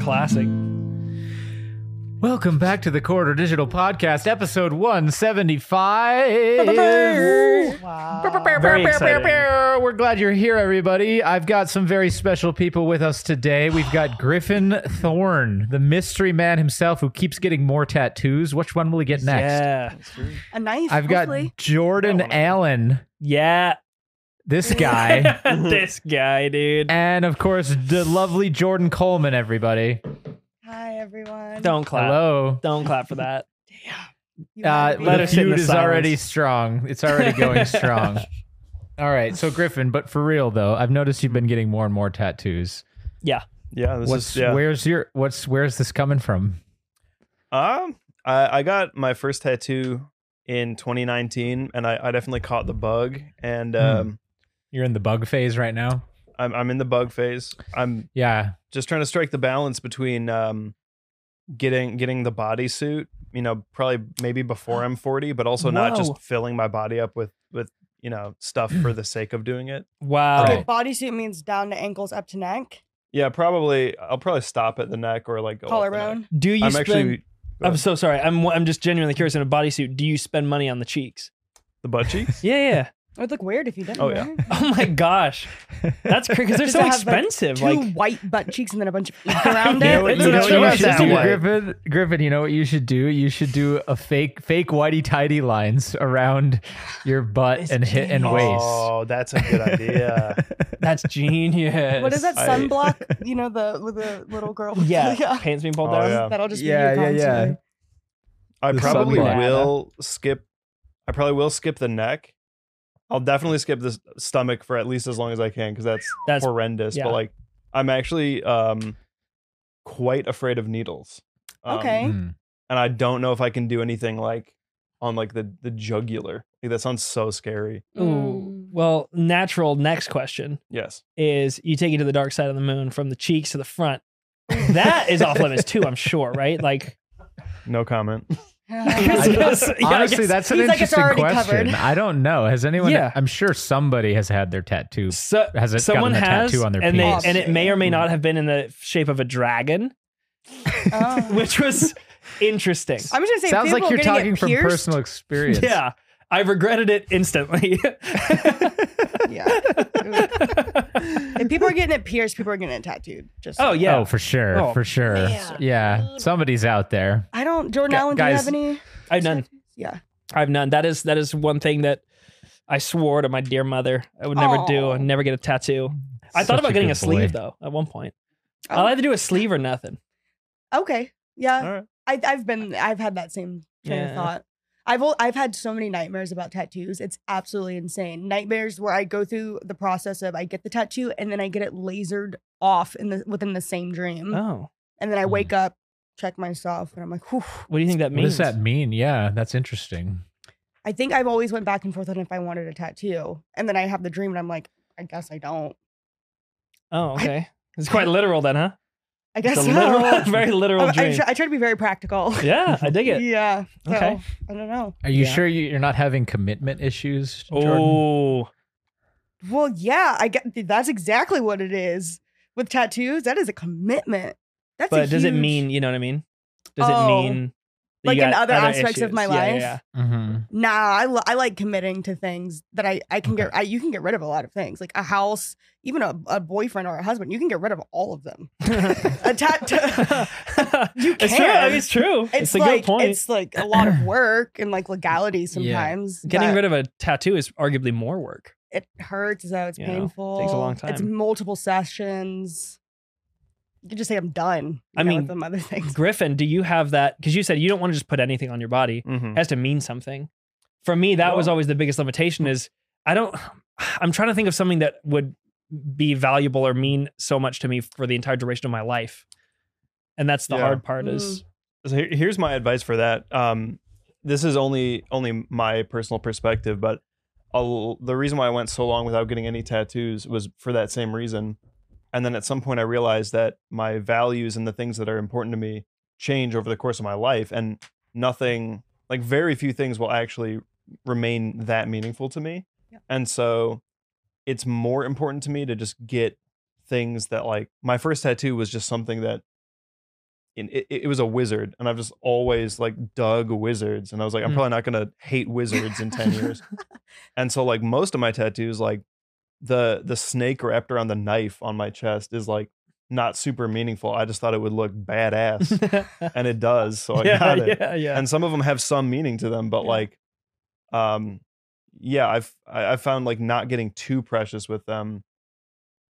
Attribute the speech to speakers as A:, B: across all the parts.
A: classic.
B: Welcome back to the Corridor Digital Podcast, episode 175.
A: Very exciting.
B: We're glad you're here, everybody. I've got some very special people with us today. We've got Griffin Thorne, the mystery man himself who keeps getting more tattoos. Which one will he get next?
A: Yeah.
C: A knife.
B: I've got
C: hopefully.
B: Jordan Allen,
A: Yeah.
B: this guy.
A: this guy, dude.
B: and of course, the lovely Jordan Coleman, everybody.
C: Hi everyone.
A: Don't clap.
B: Hello.
A: Don't clap for that.
C: You
B: Uh,
C: might be-
A: Let
B: the
A: her sit in
B: feud
A: the
B: is
A: silence.
B: already strong. It's already going strong. All right, so Griffin, but for real though, I've noticed you've been getting more and more tattoos.
D: Yeah, this
B: what's
D: is yeah.
B: where's your what's where's this coming from?
D: um, I, I got my first tattoo in 2019, and I, I definitely caught the bug. And
B: Hmm.
D: um,
B: You're in the bug phase right now.
D: I'm I'm in the bug phase. I'm
B: Yeah,
D: just trying to strike the balance between um, getting getting the bodysuit, you know, probably maybe before I'm 40, but also not
A: Whoa.
D: just filling my body up with with you know stuff for the sake of doing it.
A: Wow.
C: Okay,
B: Right.
C: bodysuit means down to ankles, up to neck,
D: Yeah, probably I'll probably stop at the neck or like go up the neck.
C: collarbone.
A: Do you
D: I'm
A: spend?
D: actually
A: I'm so sorry. I'm I'm just genuinely curious. In a bodysuit, do you spend money on the cheeks?
D: the butt cheeks.
A: Yeah. yeah.
C: It would look weird if you didn't.
D: Oh, yeah.
C: right?
A: Oh my gosh, that's crazy because they're
C: Does
A: so
C: it have, like,
A: expensive.
C: Two
A: Like,
C: white butt cheeks and then a bunch of ink around it.
A: Yeah, You know what-
C: It's
A: you know
C: not
A: what you
C: much.
A: should That
B: do,
A: way.
B: Griffin. Griffin, you know what you should do? You should do a fake fake whitey tidy lines around your butt
A: It's
B: and hit and waist.
D: Oh, that's a good idea.
A: that's genius.
C: What is that
D: I-
C: sunblock? you know the with the little girl.
A: Yeah, pants being pulled
D: Oh,
A: down.
D: yeah.
C: That'll just
B: Yeah,
C: be
B: yeah,
C: your
B: yeah.
C: contour.
D: I
B: The
D: probably
B: sunblock.
D: will skip. I probably will skip the neck. I'll definitely skip the s- stomach for at least as long as I can because that's,
A: That's-
D: horrendous.
A: yeah.
D: But like, I'm actually um, quite afraid of needles. Um,
C: Okay.
B: Mm.
D: And I don't know if I can do anything like on like the the jugular. Like that sounds so scary.
A: Ooh.
C: Mm.
A: Well, natural. Next question
D: Yes.
A: is: you take it to the dark side of the moon from the cheeks to the front. That is off limits too. I'm sure, right? Like,
D: No comment.
A: I
B: don't-
A: guess- yeah, I
B: Honestly,
A: guess-
B: that's an
C: he's like, it's
B: interesting
C: already
B: question.
C: covered.
B: I don't know. Has anyone?
A: Yeah.
B: I'm sure somebody has had their tattoo
A: so
B: has it
A: someone
B: gotten a
A: has,
B: tattoo on their
A: and they,
B: penis?
A: and it may or may not have been in the shape of a dragon,
C: Oh.
A: which was interesting.
C: I'm just gonna say, if
B: Sounds
C: people
B: like
C: are
B: you're
C: getting it
B: talking from
C: pierced-
B: personal experience.
A: Yeah, I regretted it instantly.
C: Yeah. If people are getting it pierced, people are getting it tattooed. Just
A: oh yeah.
B: Oh, for sure.
A: Oh,
B: for sure. Yeah. Somebody's out there.
C: I don't. Jordan
B: Gu-
C: Allen, do you
B: guys-
C: have any?
A: I have none.
C: Yeah.
A: I have none. That is that is one thing that I swore to my dear mother I would never do.
C: Aw.
A: I'd never get a tattoo. I
B: Such
A: thought about getting
B: good
A: a sleeve
B: boy.
A: though at one point.
C: Oh.
A: I'll either do a sleeve or nothing.
C: Okay. Yeah.
D: All right.
C: I, I've been. I've had that same train
A: Yeah.
C: of thought. I've al- I've had so many nightmares about tattoos. It's absolutely insane. Nightmares where I go through the process of I get the tattoo and then I get it lasered off in the within the same dream,
A: Oh,
C: and then I
B: Hmm.
C: wake up, check myself, and I'm like, whew.
A: what do you think that
B: What
A: means?
B: does that mean? Yeah, that's interesting.
C: I think I've always went back and forth on if I wanted a tattoo, and then I have the dream and I'm like, I guess I don't.
A: Oh, okay. It's quite literal then, huh?
C: I guess
A: It's
C: so.
A: a literal, very literal
C: I, I,
A: dream.
C: try, I try to be very practical.
A: yeah, I dig it.
C: Yeah. So,
A: Okay.
C: I don't know.
B: Are you
A: Yeah.
B: sure you- you're not having commitment issues, Jordan?
A: Oh,
C: Well, yeah, I get that's exactly what it is with tattoos. That is a commitment. That's a
A: but does it
C: huge-
A: mean you know what I mean? Does
C: Oh.
A: it mean that you
C: Like in
A: got
C: other aspects of my
A: Yeah, yeah,
C: life?
A: yeah.
B: Mhm.
C: Nah, I, li- I like committing to things that I I can get. I, you can get rid of a lot of things, like a house, even a, a boyfriend or a husband. You can get rid of all of them. a tattoo. You
A: It's true. I
C: can.
A: mean, it's true. It's,
C: It's,
A: a
C: like
A: good point.
C: it's like a lot of work and like legality sometimes.
A: Getting
C: but
A: rid of a tattoo is arguably more work.
C: it hurts though. It's
A: You know,
C: painful.
A: takes a long
C: It's
A: time.
C: multiple sessions. You could just say I'm done.
A: I
C: you know,
A: mean,
C: with them other things.
A: Griffin, do you have that? Because you said you don't want to just put anything on your body.
D: Mhm.
A: It has to mean something. For me, that was
D: Well-
A: always the biggest limitation is I don't I'm trying to think of something that would be valuable or mean so much to me for the entire duration of my life. And that's the
D: Yeah.
A: hard part is
D: So here- here's my advice for that. Um, this is only only my personal perspective, but i the reason why I went so long without getting any tattoos was for that same reason. And then at some point, I realized that my values and the things that are important to me change over the course of my life, and nothing like very few things will actually remain that meaningful to me.
C: Yeah.
D: And so, it's more important to me to just get things that like my first tattoo was just something that and it, it it was a wizard, and I've just always like dug wizards, and I was like, I'm
A: Mm.
D: probably not gonna hate wizards in ten years, and so like most of my tattoos, like the the snake wrapped around the knife on my chest is like not super meaningful. I just thought it would look badass,
C: Mm.
D: and it does, so I
A: yeah,
D: got it
A: yeah, yeah.
D: and some of them have some meaning to them but
A: Yeah.
D: like um yeah i've I- i've found like not getting too precious with them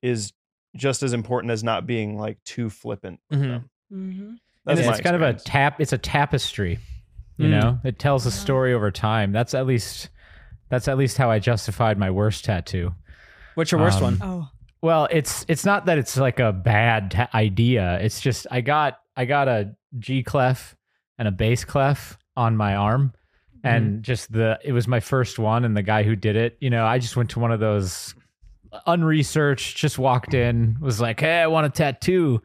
D: is just as important as not being like too flippant with
A: Mhm.
D: them
C: Mm-hmm.
D: that's
B: And
D: my
B: it's kind of a
D: experience.
B: tap. It's a tapestry. You
A: Mm.
B: know, it tells a story over time. That's at least that's at least how I justified my worst tattoo.
A: What's your worst
B: um,
A: one?
C: Oh,
B: Well, it's it's not that it's like a bad ta- idea. It's just I got I got a G clef and a bass clef on my arm,
A: Hmm.
B: and just the it was my first one, and the guy who did it, you know, I just went to one of those unresearched, just walked in, was like, hey, I want a tattoo,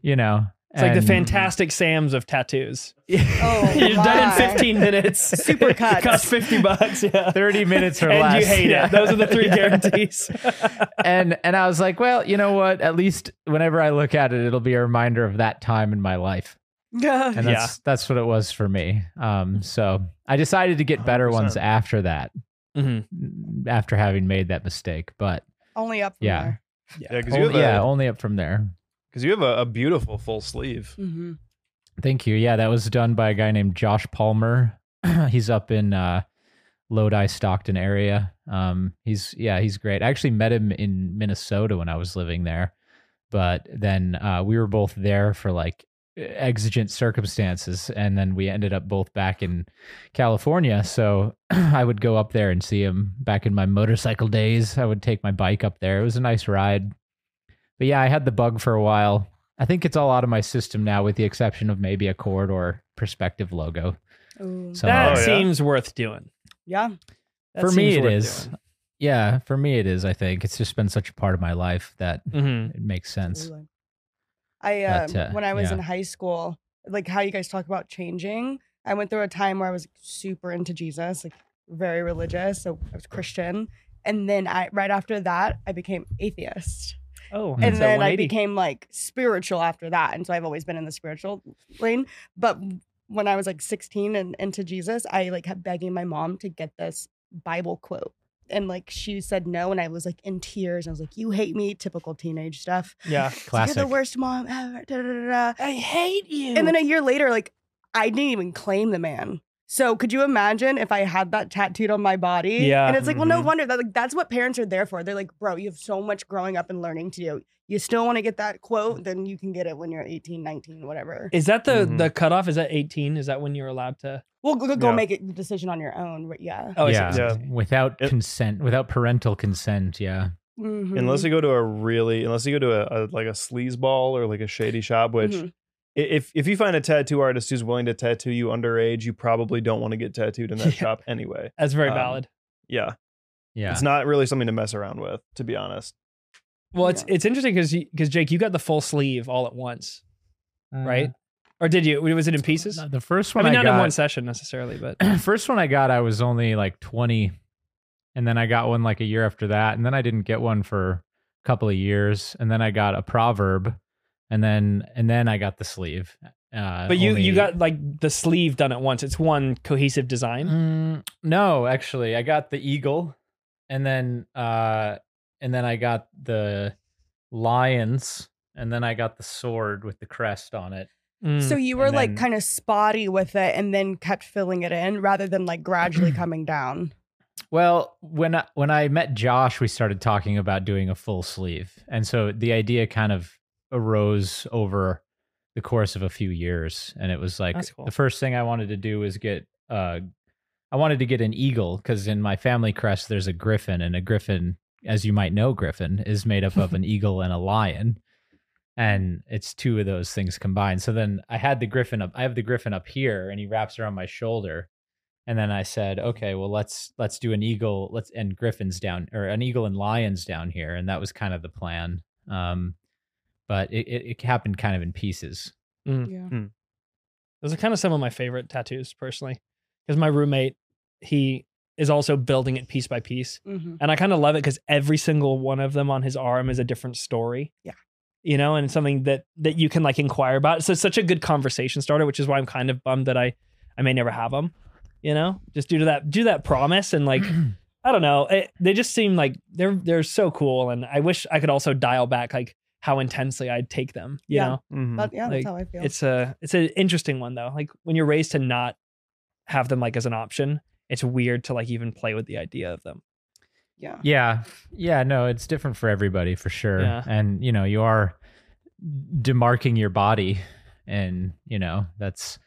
B: you know.
A: It's like the
B: and-
A: fantastic Sam's of tattoos.
C: oh,
A: You're done in
C: my.
A: 15 minutes. Super
C: cuts.
A: Cost 50 bucks. Yeah.
B: 30 minutes or
A: and
B: less.
A: you hate
B: Yeah.
A: it. Those are the three
B: Yeah.
A: guarantees.
B: and and I was like, well, you know what? At least whenever I look at it, it'll be a reminder of that time in my life. And that's that's what it was for me. Um, so I decided to get better ones
D: 100%.
B: after that,
A: Mhm.
B: after having made that mistake. But
C: Only up. From
B: Yeah.
C: There.
D: yeah because you have,
B: only, oh, yeah,
D: a,
B: only up from there.
D: 'cause you have a, a beautiful full sleeve
C: Mm-hmm.
B: Thank you. Yeah, that was done by a guy named Josh Palmer. he's up in uh, Lodi, Stockton area. Um, he's yeah, he's great. I actually met him in Minnesota when I was living there, but then uh, we were both there for like exigent circumstances, and then we ended up both back in California. So I would go up there and see him back in my motorcycle days. I would take my bike up there. It was a nice ride. But yeah, I had the bug for a while. I think it's all out of my system now, with the exception of maybe a chord or perspective logo.
C: Ooh.
B: So
A: That
D: Oh, yeah.
A: seems worth doing.
C: yeah.
A: That
B: for me,
A: seems
B: it
A: worth
B: is. Yeah, for me, it is. I think it's just been such a part of my life that
A: doing. Mhm.
B: it makes sense.
C: Absolutely. I uh,
B: But, uh,
C: when I was
B: yeah.
C: in high school, like how you guys talk about changing, I went through a time where I was super into Jesus, like very religious, so I was Christian, and then I right after that I became atheist,
A: Oh,
B: Mm.
C: and
A: so
C: then I
A: 180.
C: became like spiritual after that, and so I've always been in the spiritual lane. But when I was like 16 and into Jesus, I like kept begging my mom to get this Bible quote. And like she said no, and I was like in tears. I was like, "You hate me," typical teenage stuff.
A: Yeah.
B: Classic.
C: You're the worst mom ever. da, da, da, da."
A: I hate you.
C: And then a year later, like I didn't even claim the man. So could you imagine if I had that tattooed on my body?
A: Yeah.
C: And it's like, well, no
D: Mhm.
C: wonder that like that's what parents are there for. They're like, bro, you have so much growing up and learning to do. You still want to get that quote, then you can get it when you're 18, 19, whatever.
A: is that the
D: Mhm.
A: the cutoff? Is that 18? Is that when you're allowed to?
C: Well, go, go
D: Yeah.
C: make it the decision on your own. But yeah.
A: Oh, I see,
B: yeah.
A: I see, I see.
B: without
D: It-
B: consent, without parental consent. Yeah,
C: Mhm.
D: unless you go to a really unless you go to a, a like a sleazeball or like a shady shop which
C: Mhm.
D: i- if if you find a tattoo artist who's willing to tattoo you underage you probably don't want to get tattooed in that
A: Yeah.
D: shop anyway
A: That's very
D: Um,
A: valid.
D: yeah
B: yeah.
D: it's not really something to mess around with to be honest
A: Well, it's
C: Yeah.
A: it's interesting because because Jake, you got the full sleeve all at once,
B: Uh,
A: right? Or did you? Was it in pieces?
B: The first
A: I
B: one I,
A: mean, Mm-hmm. not
B: got,
A: in one session necessarily, but
B: first one I got, I was only like 20. And then I got one like a year after that. And then I didn't get one for a couple of years. And then I got a proverb. And then and then I got the sleeve. Uh,
A: but you
B: only-
A: you got like the sleeve done at once. It's one cohesive design.
B: Mm, no, actually, I got the eagle, and then uh, and then I got the lions, and then I got the sword with the crest on it.
A: Mm.
C: Mm-hmm. So you were
B: and
C: like
B: then-
C: kind of spotty with it and then kept filling it in rather than like gradually coming down.
B: Well, when I, when I met Josh, we started talking about doing a full sleeve, and so the idea kind of arose over the course of a few years, and it was like
A: That's cool.
B: the first thing I wanted to do was get uh, I wanted to get an eagle because in my family crest there's a griffin, and a griffin, as you might know, griffin is made up of an eagle and a lion, and it's two of those things combined. So then I had the griffin up. I have the griffin up here, and he wraps around my shoulder and then I said, okay, well let's let's do an eagle, let's and griffins down or an eagle and lions down here, and that was kind of the plan. Um, but it, it, it happened kind of in pieces.
C: Yeah.
A: Those are kind of some of my favorite tattoos personally, because my roommate he is also building it piece by piece,
C: hmm
A: and I kind of love it because every single one of them on his arm is a different story.
C: Yeah.
A: you know, and something that that you can like inquire about. So it's such a good conversation starter, which is why I'm kind of bummed that I I may never have them, you know, just due to that due to that promise and like I don't know, it, they just seem like they're they're so cool, and I wish I could also dial back like how intensely I'd take them, you
C: Yeah.
A: know.
D: Mhm.
C: But yeah,
A: Like,
C: that's how I feel.
A: It's a it's an interesting one though. Like when you're raised to not have them like as an option, it's weird to like even play with the idea of them.
C: yeah.
B: Yeah. Yeah. No, it's different for everybody for sure.
A: Yeah.
B: And, you know, you are demarking your body. And, you know, that's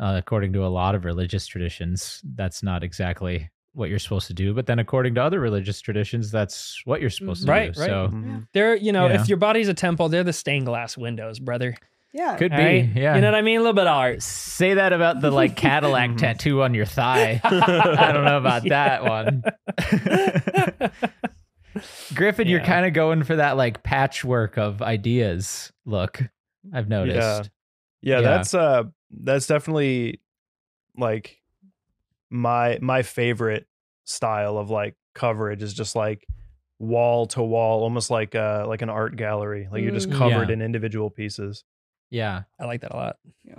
B: uh, according to a lot of religious traditions, that's not exactly what you're supposed to do. But then according to other religious traditions, that's what you're supposed to
A: Right,
B: do.
A: right.
B: So
D: Mhm.
A: They're you know
B: Yeah.
A: if your body's a temple, they're the stained glass windows, brother.
C: Yeah.
B: could be.
A: All right?
B: Yeah.
A: You know what I mean? A little bit of art.
B: Say that about the like Cadillac
D: Mhm.
B: tattoo on your thigh. I don't know about that one. Griffin, you're
A: Yeah.
B: kind of going for that like patchwork of ideas look. I've noticed.
D: Yeah,
B: Yeah.
D: that's uh that's definitely like my my favorite style of like coverage is just like wall to wall, almost like uh like an art gallery. Like you're just
C: Mm.
D: covered
B: Yeah.
D: in individual pieces.
B: Yeah.
A: I like that a lot.
C: Yeah.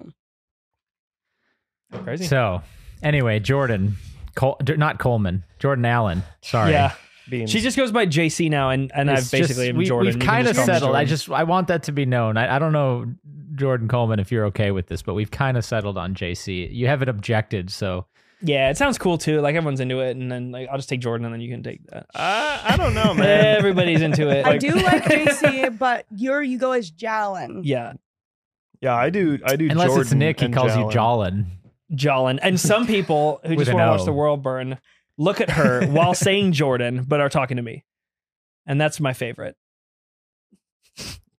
A: Crazy.
B: So, anyway, Jordan, Col- d- not Coleman, Jordan Allen. Sorry.
A: Yeah,
D: Being
A: she just goes by JC now, and and
B: It's
A: I've basically
B: just-
A: am
B: we,
A: Jordan. You
B: We've
A: can
B: kind of
A: just call me
B: settled. I
A: Jordan.
B: just I want that to be known. I, I don't know, Jordan Coleman, if you're okay with this, but we've kind of settled on JC. You haven't objected, so
A: yeah, it sounds cool too. Like everyone's into it, and then like I'll just take Jordan, and then you can take that.
D: I, I don't know, man.
A: Everybody's into it.
C: I do like JC, but your you go as Jalen.
A: Yeah,
D: Yeah, I do I do
B: unless it's
D: Jordan
B: Nick, he
D: and
B: calls you
D: Jalen.
B: Jolin.
A: Jolin, and some people who
B: With
A: just
B: an
A: want to watch
B: O.
A: the world burn look at her while saying Jordan, but are talking to me, and that's my favorite.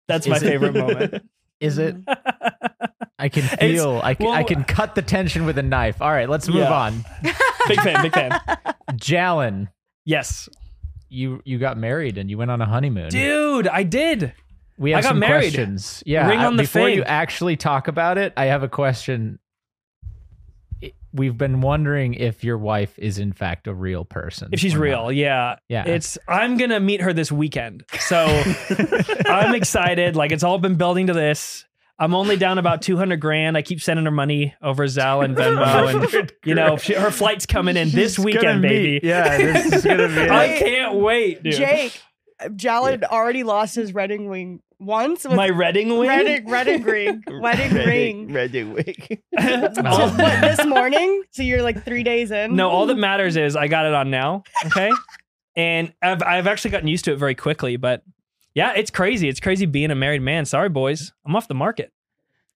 A: That's my
B: Is it-
A: favorite moment.
B: Is it? I can
A: Mm-hmm. It's-
B: feel. I can, I
A: well-
B: can cut the tension with a knife. All right, let's move
A: Yeah.
B: on.
A: Big fan, big fan.
B: Jalen,
A: Yes,
B: you you got married and you went on a honeymoon.
A: dude, I did.
B: we have
A: I got
B: some
A: married.
B: questions. Yeah,
A: Ring
B: I-
A: on the
B: before you
A: fig.
B: actually talk about it, I have a question. It- We've been wondering if your wife is in fact a real person.
A: If she's
B: or not.
A: real, yeah,
B: yeah,
A: It's I'm gonna meet her this weekend. So I'm excited. Like it's all been building to this. I'm only down about 200 grand. I keep sending her money over Zelle and Venmo, and you know she, her flight's coming in this weekend, baby.
D: Yeah, this is gonna be
A: I can't wait, dude.
C: Jake, Jalen already lost his Redding wing once with
A: My Redding wing.
C: Redding, Redding ring, wedding ring.
D: Redding wig.
A: All-
C: Just what this morning? So you're like three days in.
A: no, all that matters is I got it on now. Okay, and I've I've actually gotten used to it very quickly. But yeah, it's crazy. It's crazy being a married man. Sorry, boys. I'm off the market.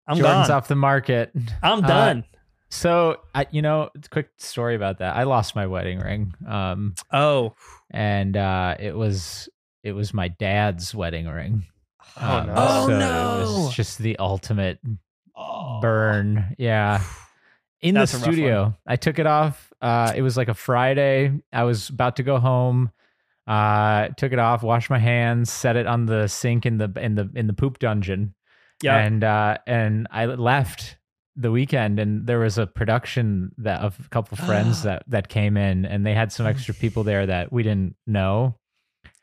A: I'm
B: Jordan's
A: gone.
B: off the market.
A: I'm
B: Uh,
A: done.
B: So I, you know, it's a quick story about that. I lost my wedding ring. Um,
A: oh.
B: and uh, it was it was my dad's wedding ring.
D: Oh,
B: Um,
D: no.
A: Oh,
B: so It
A: no.
B: was just the ultimate burn. Yeah. In
A: Oh. That's a
B: the
A: rough one.
B: studio, I took it off. Uh, it was like a Friday. I was about to go home. Uh, took it off, washed my hands, set it on the sink in the in the in the poop dungeon,
A: Yeah.
B: and uh, and I left the weekend, and there was a production that of a couple friends that that came in, and they had some extra people there that we didn't know,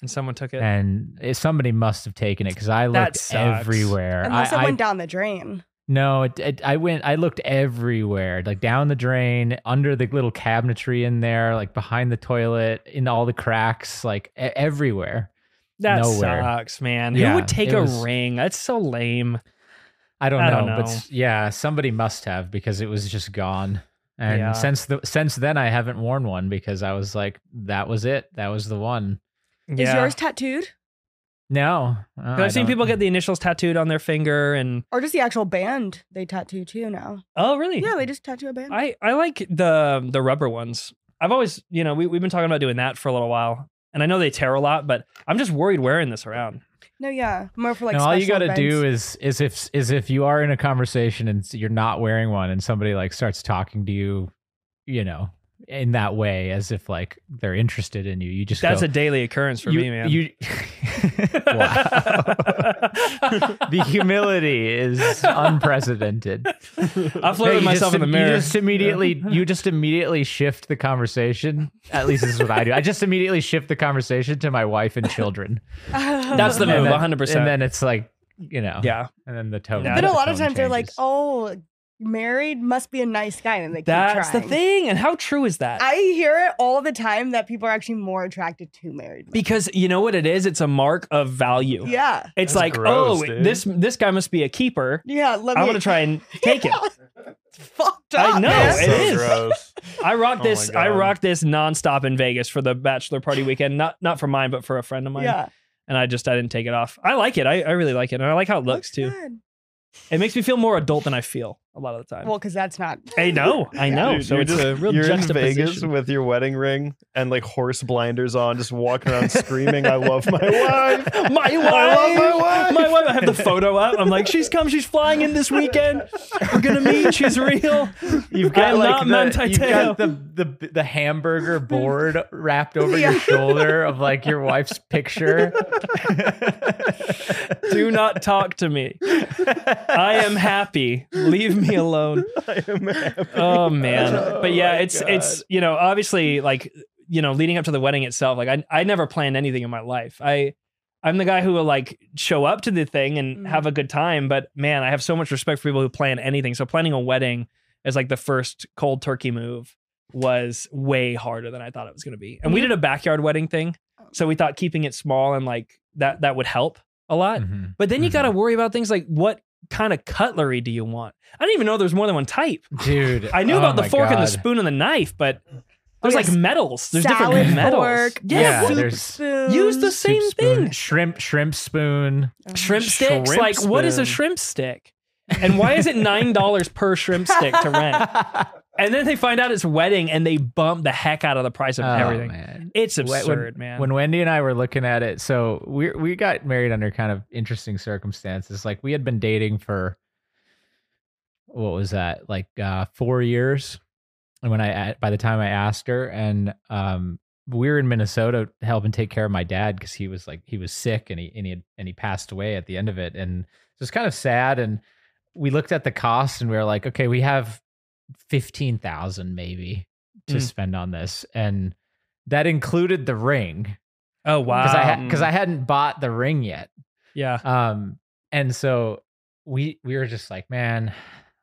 A: and someone took it.
B: and it, somebody must have taken it because I
A: That
B: looked
A: sucks.
B: everywhere.
C: Unless
B: I,
C: it
B: I
C: went down the drain.
B: no, it, it, I went. I looked everywhere, like down the drain, under the little cabinetry in there, like behind the toilet, in all the cracks, like e- everywhere.
A: that
B: nowhere.
A: sucks, man.
B: Yeah,
A: Who would take
B: it
A: a
B: was-
A: ring? That's so lame.
B: I don't know,
A: I don't
B: but
A: know.
B: s- yeah, somebody must have because it was just gone. And
A: Yeah.
B: since the since then, I haven't worn one because I was like, that was it. That was the one.
A: Yeah.
C: Is yours tattooed
B: No, uh,
A: 'Cause
B: I
A: I've seen
B: don't-
A: people get the initials tattooed on their finger, and
C: or just the actual band they tattoo too now?
A: oh, really?
C: Yeah, they just tattoo a band.
A: I I like the the rubber ones. I've always, you know, we we've been talking about doing that for a little while, and I know they tear a lot, but I'm just worried wearing this around.
C: no, yeah, more for like.
B: No, all you
C: got to
B: gotta do is is if is if you are in a conversation and you're not wearing one and somebody like starts talking to you, you know, in that way as if like they're interested in you, you just
A: That's
B: go,
A: a daily occurrence for
B: you,
A: me, man.
B: You, wow. the humility is unprecedented.
A: I
B: No,
A: flirted
B: you
A: myself in
B: just-
A: the mirror.
B: You just immediately you just immediately shift the conversation. At least this is what I do. I just immediately shift the conversation to my wife and children.
A: That's the
B: And
A: move,
B: then-
A: 100%.
B: And then it's like you know.
A: yeah.
B: And then the tone.
A: Yeah,
C: but
B: the
C: a lot of
B: tone
C: times they're like,
B: changes.
C: "Oh, married must be a nice guy," and they keep
A: That's the
C: trying.
A: thing. And how true is that?
C: I hear it all the time that people are actually more attracted to married. men.
A: because you know what it is? It's a mark of value.
C: yeah,
A: It's
D: That's
A: like,
D: gross,
A: oh,
D: dude.
A: this this guy must be a keeper.
C: yeah. Let me.
A: I'm gonna try and take it.
C: It's Fucked
A: I
C: up.
A: know,
C: man.
A: it
D: so
A: is.
D: gross.
A: I
D: Oh
A: rocked
D: my
A: this. I
D: God.
A: rocked this nonstop in Vegas for the bachelor party weekend. Not not for mine, but for a friend of mine.
C: Yeah,
A: And I just I didn't take it off. I like it. I, I really like it, and I like how it looks too.
C: good.
A: It makes me feel more adult than I feel a lot of the time.
C: Well, because that's not.
A: I know, I know.
D: Dude,
A: so
D: you're
A: it's
D: just-
A: a real
D: you're in
A: juxtaposition.
D: Vegas with your wedding ring and like horse blinders on, just walking around screaming, "I love my
A: my wife,
D: wife." love my wife.
A: my wife. I have the photo up. I'm like, she's come. She's flying in this weekend. We're gonna meet. She's real.
B: You've got
A: I'm
B: like
A: not
B: the, you've got the, the the hamburger board wrapped over
C: Yeah.
B: your shoulder of like your wife's picture.
A: Do not talk to me. I am happy. Leave me alone.
D: I am happy.
A: Oh man.
D: Oh,
A: but yeah,
D: my
A: it's
D: God.
A: it's you know, obviously like you know, leading up to the wedding itself, like I I never planned anything in my life. I I'm the guy who will like show up to the thing and
C: Mhm.
A: have a good time, but man, I have so much respect for people who plan anything. So planning a wedding is like the first cold turkey move was way harder than I thought it was going to be. And we
C: Mhm.
A: did a backyard wedding thing, so we thought keeping it small and like that that would help a lot.
B: Mhm.
A: But then you
B: Mhm.
A: got to worry about things like what kind of cutlery do you want? I didn't even know there's more than one type.
B: Dude,
A: I knew
B: oh
A: about the
B: my
A: fork and the
B: God.
A: spoon and the knife, but there's
C: Oh,
A: like
C: yes.
A: metals. There's
C: salad
A: different metals.
C: fork.
A: Yeah.
B: Yeah.
C: soup
B: there's-
C: spoon.
A: Use the
B: Soup
A: same
B: spoon,
A: thing.
B: Shrimp, shrimp spoon.
C: Oh.
A: Shrimp sticks.
D: Shrimp
A: like, what is a
D: spoon.
A: shrimp stick? And why is it nine dollars per shrimp stick to rent? And then they find out it's wedding, and they bump the heck out of the price of
B: Oh,
A: everything.
B: man.
A: It's
B: When- when-
A: absurd, man.
B: When Wendy and I were looking at it, so we we got married under kind of interesting circumstances. Like we had been dating for what was that? Like uh 4 years. And when I by the time I asked her and um we were in Minnesota helping take care of my dad cuz he was like he was sick and he and he had, and he passed away at the end of it and so it's kind of sad and we looked at the cost and we were like, okay, we have 15,000 maybe to
A: Mm.
B: spend on this and that included the ring
A: oh wow,
B: because I
D: Wow.
B: had because I hadn't bought the ring yet.
A: yeah,
B: Um, and so we we were just like, man,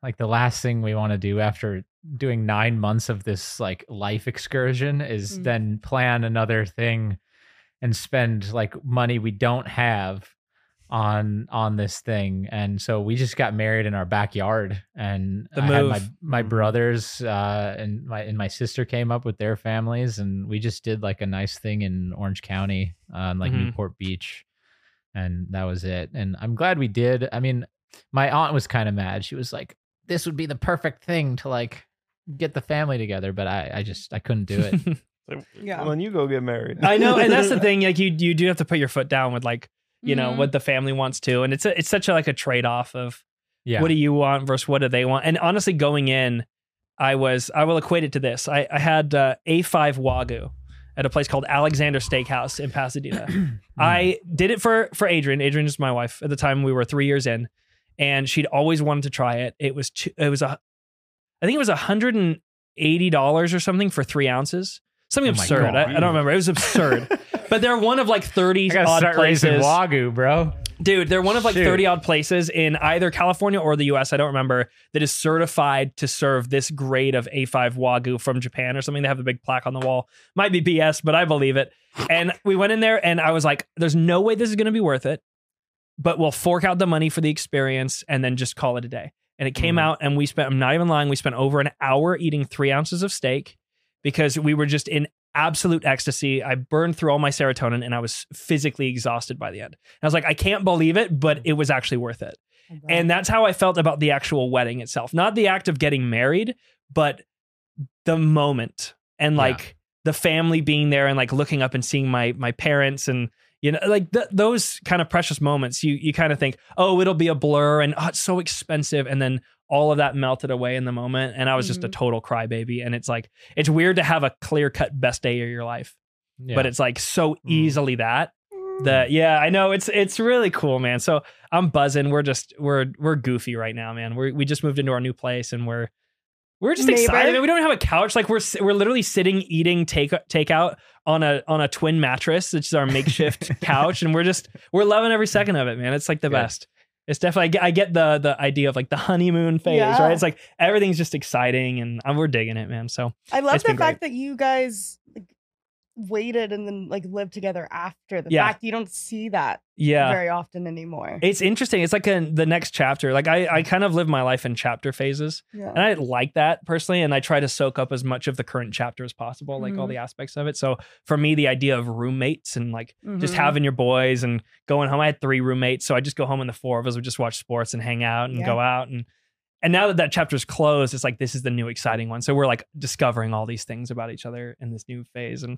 B: like the last thing we want to do after doing nine months of this like life excursion is
C: Mm.
B: then plan another thing and spend like money we don't have on on this thing and so we just got married in our backyard and
A: The
B: I had my
A: move.
B: my
D: Mhm.
B: brothers uh and my and my sister came up with their families and we just did like a nice thing in Orange County on like
A: Mhm.
B: Newport Beach and that was it and I'm glad we did I mean my aunt was kind of mad she was like this would be the perfect thing to like get the family together but I I just I couldn't do it
C: Yeah.
D: When you go get married,
A: I know, and that's the thing. Like you, you do have to put your foot down with like you
C: Mhm.
A: know
B: Mm-hmm.
A: what the family wants to, and it's a, it's such a like a trade off of
B: yeah
A: what do you want versus what do they want and honestly going in i was i will equate it to this i, I had uh, a5 wagyu at a place called alexander steakhouse in pasadena
B: Mm.
A: i did it for for adrian adrian is my wife at the time we were three years in and she'd always wanted to try it it was two, it was a i think it was a hundred and eighty dollars or something for three ounces something
B: Oh my
A: absurd I, I
B: God.
A: don't remember it was absurd but they're one of like 30
B: I gotta
A: odd
B: start raising
A: places
B: wagyu bro
A: Dude, they're one of like
B: Shoot.
A: 30 odd places in either California or the US, I don't remember, that is certified to serve this grade of A5 Wagyu from Japan or something. They have a big plaque on the wall. Might be BS, but I believe it. And we went in there and I was like, there's no way this is going to be worth it, but we'll fork out the money for the experience and then just call it a day. And it came
D: Mhm.
A: out and we spent, I'm not even lying, we spent over an hour eating three ounces of steak because we were just in absolute ecstasy. I burned through all my serotonin and I was physically exhausted by the end. And I was like, I can't believe it, but it was actually worth it.
C: Oh,
A: And that's how I felt about the actual wedding itself. Not the act of getting married, but the moment and
B: Yeah.
A: like the family being there and like looking up and seeing my my parents and you know like th- those kind of precious moments you you kind of think oh it'll be a blur and oh it's so expensive and then all of that melted away in the moment and I was just a
B: Mm-hmm.
C: Mhm.
A: total crybaby and it's like it's weird to have a clear cut best day of your life
B: Yeah. Mm-hmm.
A: but it's like so easily that that yeah i know it's it's really cool man so i'm buzzing we're just we're we're goofy right now man we we just moved into our new place and we're we're just
C: Neighbor?
A: excited man. we don't have a couch like we're s- we're literally sitting eating take takeout on a on a twin mattress which is our makeshift couch and we're just we're loving every second of it man it's like the
B: Good.
A: best It's definitely I get, I get the the idea of like the honeymoon phase,
C: Yeah.
A: right? It's like everything's just exciting, and um, we're digging it, man. So
C: I love
A: It's
C: the
A: been
C: fact that you guys like, waited and then like lived together after the
A: Yeah.
C: fact. You don't see that
A: yeah,
C: very often anymore.
A: it's interesting. It's like in the next chapter. Like I I kind of live my life in chapter phases,
C: yeah.
A: and I like that personally. And I try to soak up as much of the current chapter as possible, like all
C: Mhm.
A: the aspects of it. So for me, the idea of roommates and like just
C: Mhm.
A: having your boys and going home. I had three roommates, so I just go home and the four of us would just watch sports and hang out and
C: Yeah.
A: go out and. And now that that chapter's closed, it's like this is the new exciting one. So we're like discovering all these things about each other in this new phase. And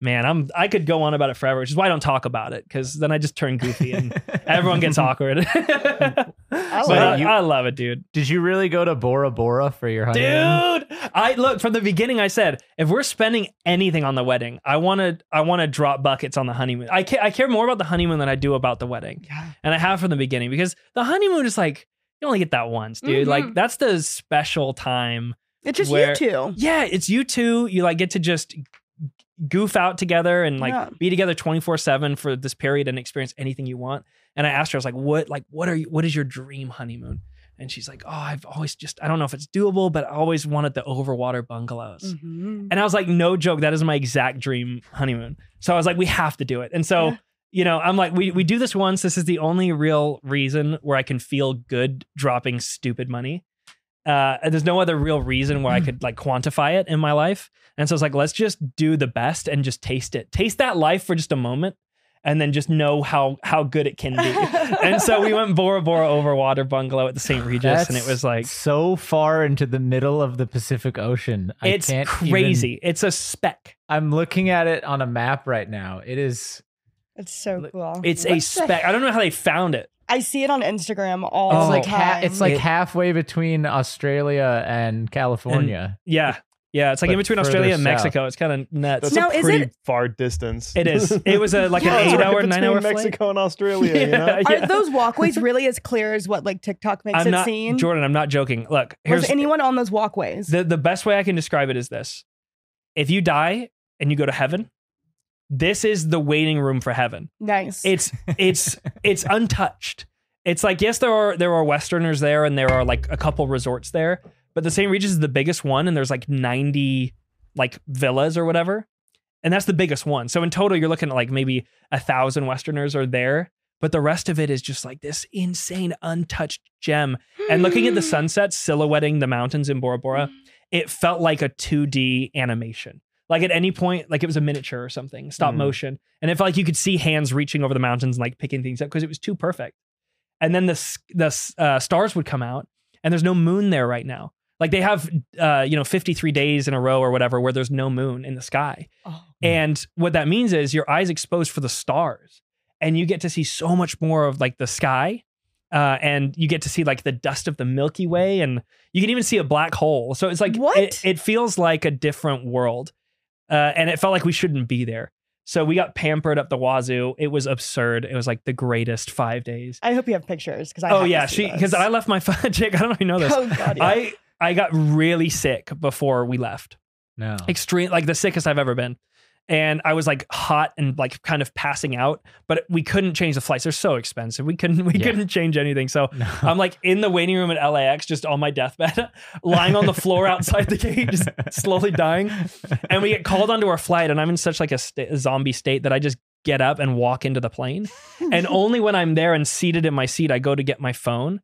A: man, I'm I could go on about it forever, which is why I don't talk about it because then I just turn goofy and everyone gets awkward. but
C: love
A: I,
B: it. You-
A: I love it, dude.
B: Did you really go to Bora Bora for your
A: Dude,
B: honeymoon?
A: I look from the beginning. I said if we're spending anything on the wedding, I want to I want to drop buckets on the honeymoon. I ca- I care more about the honeymoon than I do about the wedding,
C: Yeah.
A: and I have from the beginning because the honeymoon is like you only get that once,
C: Mhm.
A: dude. Like that's the special time.
C: It's just
A: Where-
C: you two.
A: Yeah, it's you two. You like get to just goof out together and like
C: Yeah.
A: Um, be together 24/7 for this period and experience anything you want. And I asked her I was like, "What like what are you what is your dream honeymoon?" And she's like, "Oh, I've always just I don't know if it's doable, but I always wanted the overwater bungalows."
C: Mhm.
A: And I was like, "No joke, that is my exact dream honeymoon." So I was like, "We have to do it." And so
C: Yeah.
A: You know, I'm like, we, we do this once. This is the only real reason where I can feel good dropping stupid money. Uh, and there's no other real reason where I could like quantify it in my life. And so it's like, let's just do the best and just taste it. Taste that life for just a moment and then just know how how good it can be. and so we went Bora Bora over water bungalow at the St. Regis and it
B: That's
A: was like
B: so far into the middle of the Pacific Ocean. I
A: it's
B: can't even-
A: crazy. It's a speck.
B: I'm looking at it on a map right now. It is
C: It's so cool.
A: It's
C: What
A: a
C: the
A: speck. I don't know how they found it.
C: I see it on Instagram all
A: Oh,
B: it's
C: the
B: like ha-
C: time.
B: it's like
A: It-
B: halfway between Australia and California.
A: Yeah. Yeah. It's like
B: But
A: in between
B: further
A: Australia and
B: south.
A: Mexico. It's kind of nuts.
D: That's
C: Now,
D: a
C: is
D: pretty
C: it-
D: far distance.
A: It is. It was a like
C: Yeah,
A: an
C: it's
A: eight
C: right
A: hour,
D: between
A: nine hour
D: Mexico
A: flight.
D: and Australia. You know?
A: Yeah, yeah.
C: Are those walkways really as clear as what like TikTok makes
A: I'm
C: it
A: not
C: seem?
A: Jordan. I'm not joking. Look, here's
C: Was anyone on those walkways?
A: the the best way I can describe it is this: if you die and you go to heaven, this is the waiting room for heaven.
C: nice.
A: It's it's it's untouched. It's like yes, there are there are Westerners there, and there are like a couple resorts there, but the St. Regis is the biggest one, and there's like ninety like villas or whatever, and that's the biggest one. So in total, you're looking at like maybe a thousand Westerners are there, but the rest of it is just like this insane untouched gem. And looking
C: Mm.
A: at the sunset silhouetting the mountains in Bora Bora, it felt like a 2D animation. Like at any point, like it was a miniature or something, stop
D: Mm.
A: motion. And it felt like you could see hands reaching over the mountains and like picking things up because it was too perfect. And then the, s- the s- uh, stars would come out and there's no moon there right now. Like they have, uh, you know, 53 days in a row or whatever where there's no moon in the sky.
C: Oh.
A: And what that means is your eyes exposed for the stars, and you get to see so much more of like the sky, uh, and you get to see like the dust of the Milky Way, and you can even see a black hole. So it's like
C: What?
A: It, it feels like a different world, uh, and it felt like we shouldn't be there. So we got pampered up the wazoo. It was absurd. It was like the greatest five days.
C: I hope you have pictures because I.
A: Oh
C: have
A: yeah,
C: to see
A: she because
C: this.
A: I left my phone. Jake, I don't know if you know this.
C: Oh god, yeah.
A: I I got really sick before we left
B: no.
A: extreme like the sickest i've ever been and i was like hot and like kind of passing out but we couldn't change the flights they're so expensive we couldn't we
B: Yeah.
A: couldn't change anything so
B: No.
A: i'm like in the waiting room at lax just on my deathbed lying on the floor outside the gate just slowly dying and we get called onto our flight and i'm in such like a, sta zombie state that i just get up and walk into the plane and only when i'm there and seated in my seat i go to get my phone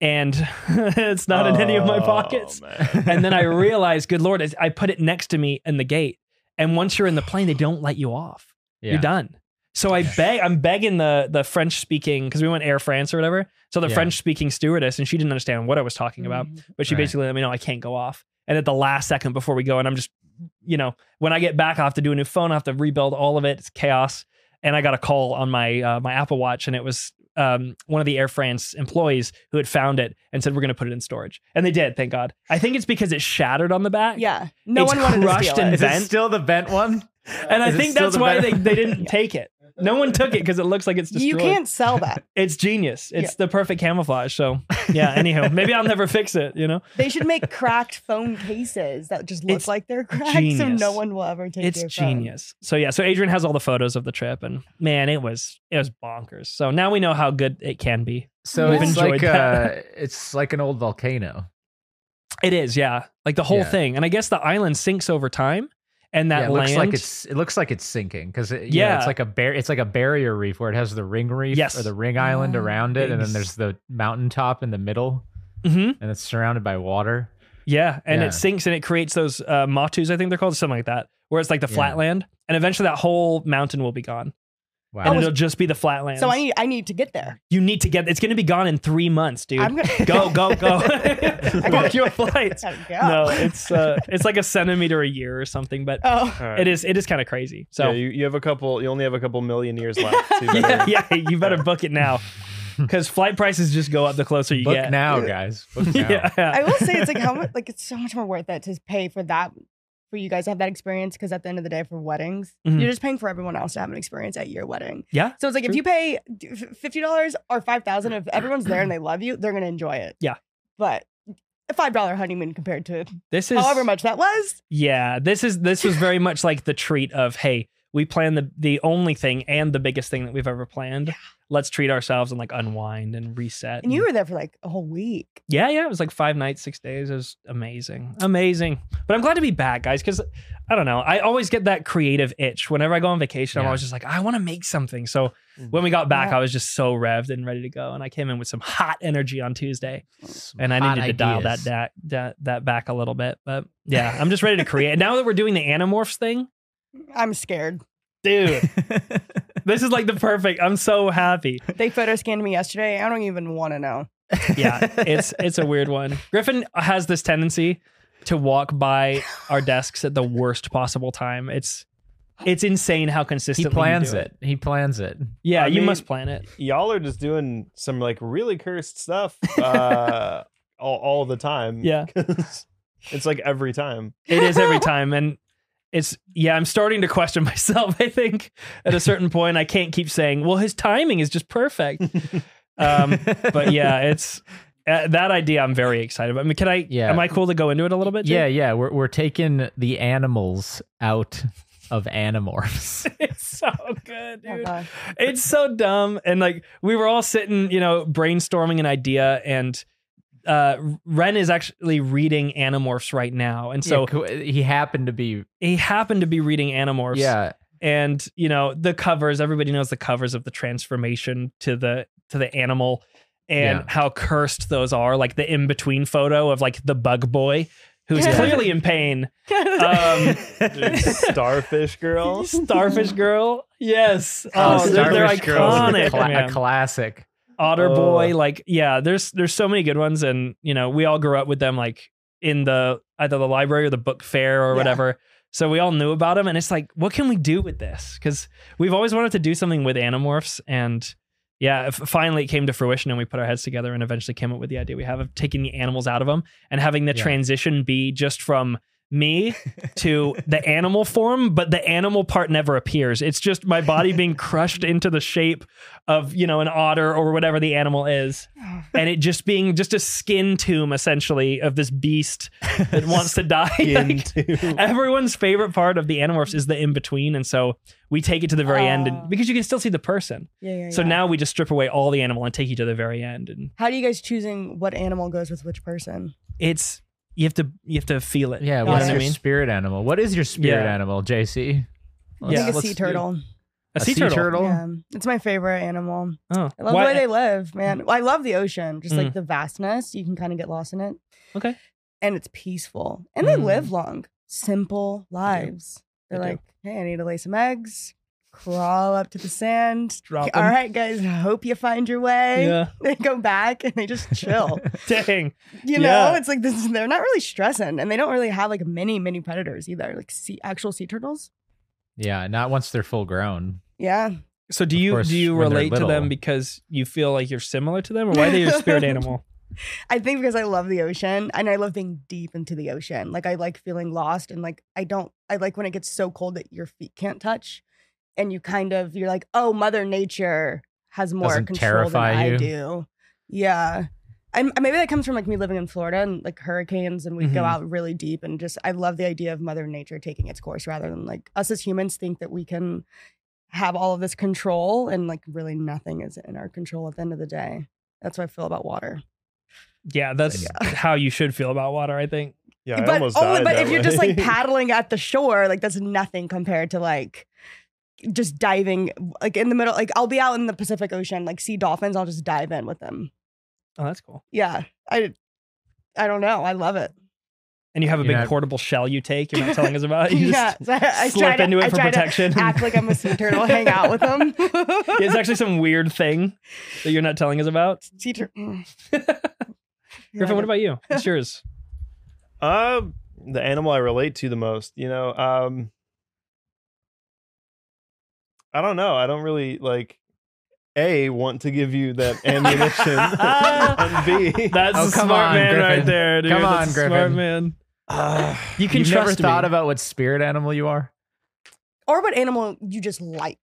A: and it's not in any of my
D: Oh,
A: pockets
D: man.
A: and then I realized, good lord, I- I put it next to me in the gate. And once you're in the plane, they don't let you off.
B: Yeah.
A: You're done. So I beg, I'm begging the the French speaking because we went Air France or whatever. So the
B: Yeah.
A: French speaking stewardess, and she didn't understand what I was talking about,
C: Mm-hmm.
A: but she
B: Right.
A: basically let me know I can't go off. And at the last second before we go, and I'm just, you know, when I get back, I have to do a new phone, I have to rebuild all of it. It's chaos. And I got a call on my uh, my Apple Watch, and it was um, one of the Air France employees who had found it and said, "We're going to put it in storage," and they did. Thank God. I think it's because it shattered on the back.
C: yeah, no
A: it's
C: one wanted to
A: crushed
C: steal
A: and
C: it.
B: Is it
A: Vent?
B: still the bent one?
A: and I
B: Is it
A: think
B: still
A: that's
B: the
A: why
B: better-
A: they, they didn't
C: Yeah.
A: take it. No one took it because it looks like it's destroyed.
C: You can't sell that.
A: It's genius. It's
C: Yeah.
A: the perfect camouflage. So yeah. Anyhow, maybe I'll never fix it. You know,
C: They should make cracked phone cases that just look
A: It's
C: like they're cracked, so
A: genius.
C: no one will ever take
A: it's
C: your phone.
A: genius. So yeah. So Adrian has all the photos of the trip, and man, it was it was bonkers. So now we know how good it can be.
B: So
C: You've
B: it's
A: enjoyed
B: like
A: that.
B: uh, it's like an old volcano.
A: It is. Yeah. Like the whole
B: Yeah.
A: thing, and I guess the island sinks over time, and that
B: yeah, it
A: land.
B: looks like it's it looks like it's sinking because it, yeah,
A: Yeah.
B: it's like a bar- it's like a barrier reef where it has the ring reef
A: Yes.
B: or the ring island
C: Ah.
B: around it, and then there's the mountaintop in the middle,
A: Mhm.
B: and it's surrounded by water.
A: Yeah, and
B: Yeah.
A: it sinks and it creates those uh, matus, I think they're called, something like that, where it's like the
B: Yeah.
A: flatland, and eventually that whole mountain will be gone,
B: Wow,
A: and it'll just be the flatland.
C: So I need I need to get there.
A: you need to get. It's going to be gone in three months, dude.
C: I'm gonna
A: go, go, go! Book
C: gotta-
A: your flights.
C: Gotta go.
A: No, it's uh, it's like a centimeter a year or something, but
C: Oh,
D: All right.
A: it is it is kind of crazy.
D: So
A: So
D: you, you have a couple. You only have a couple million years left. So you
A: yeah,
D: better-
A: yeah, you better book it now, because flight prices just go up the closer you
B: book
A: get.
B: now, guys. Book now.
A: Yeah,
C: I will say it's like how much like it's so much more worth it to pay for that for you guys to have that experience because at the end of the day for weddings
A: Mhm.
C: you're just paying for everyone else to have an experience at your wedding.
A: Yeah,
C: So it's like
A: true.
C: if you pay fifty dollars or five thousand, if everyone's there and they love you, they're gonna enjoy it.
A: Yeah.
C: but a five dollar honeymoon compared to
A: this is
C: however much that was,
A: Yeah, this is this was very much like the treat of hey, we plan the the only thing and the biggest thing that we've ever planned. Let's treat ourselves and like unwind and reset.
C: and you were there for like a whole week.
A: yeah, yeah, it was like five nights, six days. It was amazing, amazing. But I'm glad to be back, guys, because I don't know. I always get that creative itch whenever I go on vacation. I'm
B: Yeah. Mm.
A: always just like, I want to make something. So
D: Mhm.
A: when we got back,
C: Yeah.
A: I was just so revved and ready to go, and I came in with some hot energy on Tuesday
B: Some
A: and I
B: hot
A: needed to dial that,
B: ideas.
A: that that that back a little bit. But yeah, I'm just ready to create. now that we're doing the anamorphs thing,
C: I'm scared.
A: dude, this is like the perfect. I'm so happy.
C: They photo scanned me yesterday. I don't even want to know.
A: Yeah, it's it's a weird one. Griffin has this tendency to walk by our desks at the worst possible time. It's it's insane how
B: he
A: consistently you
B: plans
A: do
B: it. He plans it.
A: Yeah,
D: I
A: you
D: mean-
A: must plan it.
D: Y'all are just doing some like really cursed stuff uh, all, all the time.
A: Yeah.
D: 'Cause it's like every time.
A: It is every time, and it's yeah. I'm starting to question myself. I think at a certain point, I can't keep saying, "Well, his timing is just perfect." Um, but yeah, it's uh, that idea. I'm very excited. about. I mean, can I?
B: Yeah.
A: Am I cool to go into it a little bit? Jake?
B: yeah, yeah. We're we're taking the animals out of animorphs.
A: It's so good,
C: Oh,
A: dude.
C: God.
A: it's so dumb. And like we were all sitting, you know, brainstorming an idea, and uh Ren is actually reading Animorphs right now, and so
B: Yeah, co- he happened to be
A: he happened to be reading Animorphs.
B: yeah.
A: and you know the covers everybody knows the covers of the transformation to the to the animal and
B: Yeah.
A: how cursed those are like the in-between photo of like the bug boy who's
C: Yeah.
A: clearly in pain um
D: Dude, starfish girl.
A: starfish girl yes
B: Oh,
A: oh, they're, they're
B: Starfish Girls is
A: iconic
B: a, cla-
A: man.
B: a classic.
A: otter
D: Oh.
A: boy like yeah there's there's so many good ones and you know we all grew up with them like in the either the library or the book fair or
C: Yeah.
A: whatever so we all knew about them and it's like what can we do with this because we've always wanted to do something with animorphs and yeah f- finally it came to fruition and we put our heads together and eventually came up with the idea we have of taking the animals out of them and having the
B: Yeah.
A: transition be just from me to the animal form but the animal part never appears it's just my body being crushed into the shape of you know an otter or whatever the animal is and it just being just a skin tomb essentially of this beast that wants to die Like,
D: Into-
A: everyone's favorite part of the animorphs is the in between and so we take it to the very end
C: Ah.
A: and because you can still see the person
C: yeah, yeah,
A: so
C: yeah.
A: now we just strip away all the animal and take you to the very end and
C: how do you guys choosing what animal goes with which person?
A: it's you have to you have to feel it
B: Yeah,
A: you know
B: what's
A: what i
B: your
A: mean
B: spirit animal? What is your spirit
A: Yeah.
B: animal, JC?
C: I
A: Yeah,
C: think a
B: let's
C: sea
B: do-
C: turtle.
A: a sea turtle,
C: Yeah, it's my favorite animal.
A: oh
C: I love
A: Why-
C: the way they live, man. I love the ocean, just
A: Mm.
C: like the vastness. You can kind of get lost in it.
A: Okay.
C: And it's peaceful. And they
A: Mm.
C: live long, simple lives. They're
A: They do.
C: like, hey, I need to lay some eggs, crawl up to the sand.
A: Drop 'em.
C: All right, guys, I hope you find your way.
A: yeah
C: They go back and they just chill.
A: dang
C: you
A: Yeah.
C: know, it's like this, they're not really stressing and they don't really have like many, many predators either, like sea, actual sea turtles.
B: Yeah, not once they're full grown.
C: Yeah.
A: so do
B: Of
A: you
B: course,
A: do you
B: when they're
A: relate to them
B: little.
A: because you feel like you're similar to them or why are they your spirit animal
C: I think because I love the ocean and I love being deep into the ocean. Like I like feeling lost and like I don't I like when it gets so cold that your feet can't touch and you kind of you're like, oh, Mother Nature has more
B: Doesn't
C: control than
B: terrify
C: I
B: you.
C: do. Yeah. And maybe that comes from like me living in Florida and like hurricanes, and we go
B: Mm-hmm.
A: Mhm.
C: out really deep. And just, I love the idea of Mother Nature taking its course rather than like us as humans think that we can have all of this control and like really nothing is in our control at the end of the day. That's what I feel about water.
A: Yeah, that's how you should feel about water, I think.
D: Yeah, I
C: but
D: almost
A: oh,
C: only-
D: died
C: but
D: that
C: if you're just like
D: way.
C: paddling at the shore, like that's nothing compared to like just diving like in the middle. Like I'll be out in the Pacific Ocean, like see dolphins, I'll just dive in with them.
A: Oh, that's cool.
C: Yeah, I, I don't know. I love it.
A: And you have a
B: You're
A: big
B: not-
A: portable shell you take. You're not telling us about. You
C: yeah,
A: just
C: so I, I
A: slip
C: try
A: into
C: to,
A: it
C: I
A: for
C: try
A: protection.
C: To act like I'm a sea turtle, hang out with them.
A: Yeah, it's actually some weird thing that you're not telling us about.
C: sea mm. turtle.
A: Griffin, what about you? What's yours?
D: Uh, the animal I relate to the most, you know, um, I don't know. I don't really like a want to give you that ammunition, and b
A: That's
B: Oh,
A: a
B: come
A: smart
B: on,
A: man right
B: Griffin.
A: there, dude.
B: Come on,
A: That's a Smart
B: Griffin.
A: man.
D: uh,
A: You can
B: You've
A: trust
B: never thought
A: me.
B: about what spirit animal you are?
C: or what animal you just like?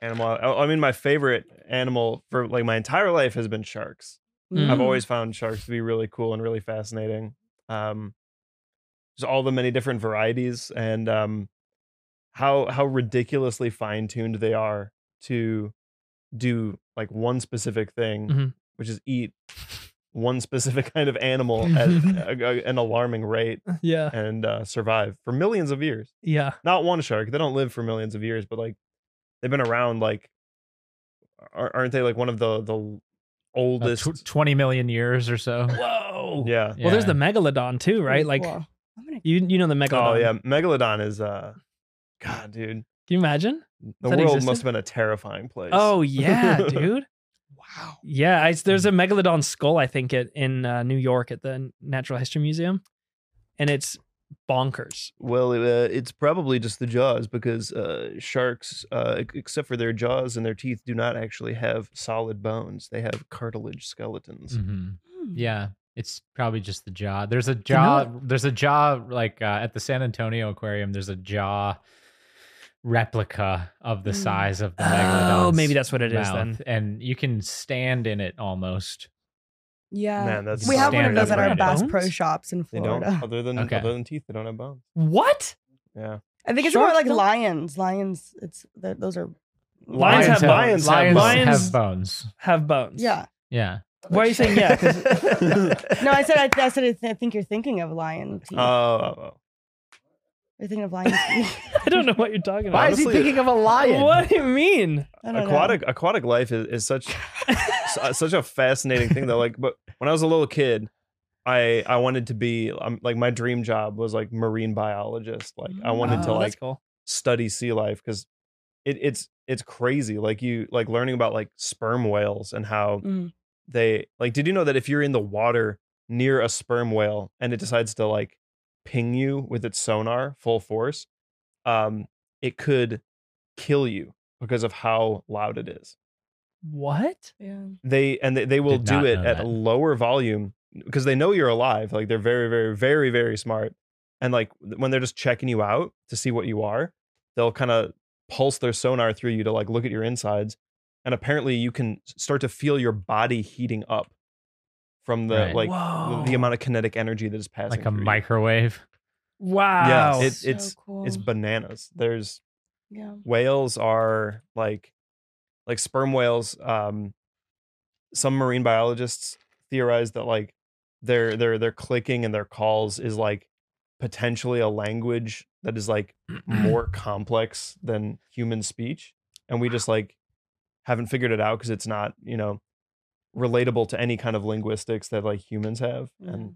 D: animal. I, I mean, my favorite animal for like my entire life has been sharks. I've
A: Mm.
D: always found sharks to be really cool and really fascinating. Um, just all the many different varieties and um, how how ridiculously fine tuned they are to do like one specific thing,
A: Mhm.
D: which is eat one specific kind of animal at a, a- an alarming rate
A: Yeah,
D: and uh, survive for millions of years.
A: yeah.
D: Not one shark; they don't live for millions of years, but like they've been around. Like, ar- aren't they like one of the the
B: About
D: oldest?
B: tw- 20 million years or so.
A: Whoa.
D: yeah.
A: Well, there's
B: Yeah.
A: the megalodon too, right? Like
C: Cool. I'm gonna
A: you, you know the megalodon.
D: Oh yeah, Megalodon is uh, God, dude,
A: Can you imagine?
D: the
A: that
D: world
A: existed?
D: must have been a terrifying place.
A: Oh yeah, dude.
C: wow.
A: Yeah, I, there's a megalodon skull I think at in uh, New York at the Natural History Museum, and it's bonkers.
D: well, it, uh, it's probably just the jaws because uh, sharks, uh, ex- except for their jaws and their teeth, do not actually have solid bones. They have cartilage
A: Mm.
D: skeletons.
B: hmm
C: Hmm.
B: Yeah, it's probably just the jaw. There's a jaw. There's a jaw like uh, at the San Antonio Aquarium. There's a jaw replica of the
C: Mm.
B: size of the
A: Oh,
B: megalodon's
A: maybe that's what it is
B: mouth, and you can stand in it almost.
C: Yeah.
D: Man, that's
C: we have one of
B: standard
C: those at our
B: upgraded.
C: Bass
A: Bones?
C: Pro shops in
D: They don't.
C: Florida.
D: Other than
B: Okay.
D: other than teeth, they don't have bones.
A: What?
D: Yeah,
C: I think it's
A: Sharks
C: more like
A: don't?
C: lions. Lions, it's they're- those are
A: Lions have
D: Lions
A: bones.
D: have
B: Lions,
A: bones.
B: have bones.
A: Have bones.
C: Yeah.
B: Yeah,
A: Why are you saying yeah? 'Cause-
C: No, I said I, I said I, th- I think you're thinking of lion teeth.
D: Oh, oh,
C: you're thinking of lion teeth.
A: I don't know what you're talking
B: Why
A: about.
B: is he
D: honestly-
B: thinking of a lion?
A: What do you mean?
C: I
D: oh.
C: don't
D: aquatic aquatic life is, is such su- uh, such a fascinating thing though. Like, but when I was a little kid, I I wanted to be um, like my dream job was like marine biologist. Like, I wanted to
A: Oh,
D: like
A: that's cool.
D: study sea life because it, it's it's crazy. Like you like learning about like sperm whales and how
C: Know. Mm.
D: they like. Did you know that if you're in the water near a sperm whale and it decides to like ping you with its sonar full force, um, it could kill you because of how loud it is
A: What?
C: Yeah.
D: they and they, they will
B: Did
D: do
B: not
D: it
B: know
D: at
B: that.
D: a lower volume because they know you're alive like they're very very very very smart and like when they're just checking you out to see what you are they'll kind of pulse their sonar through you to like look at your insides and apparently you can start to feel your body heating up from the
B: Right.
D: like
A: Whoa.
D: the, the amount of kinetic energy that is passing
B: Like a
D: through you.
B: microwave.
A: Wow.
D: Yes, it- it's-
C: so cool.
D: it's bananas there's
C: yeah.
D: whales are like like sperm whales um some marine biologists theorize that like their their their clicking and their calls is like potentially a language that is like more complex than human speech and we just like haven't figured it out because it's not you know relatable to any kind of linguistics that like humans have and
C: Mm.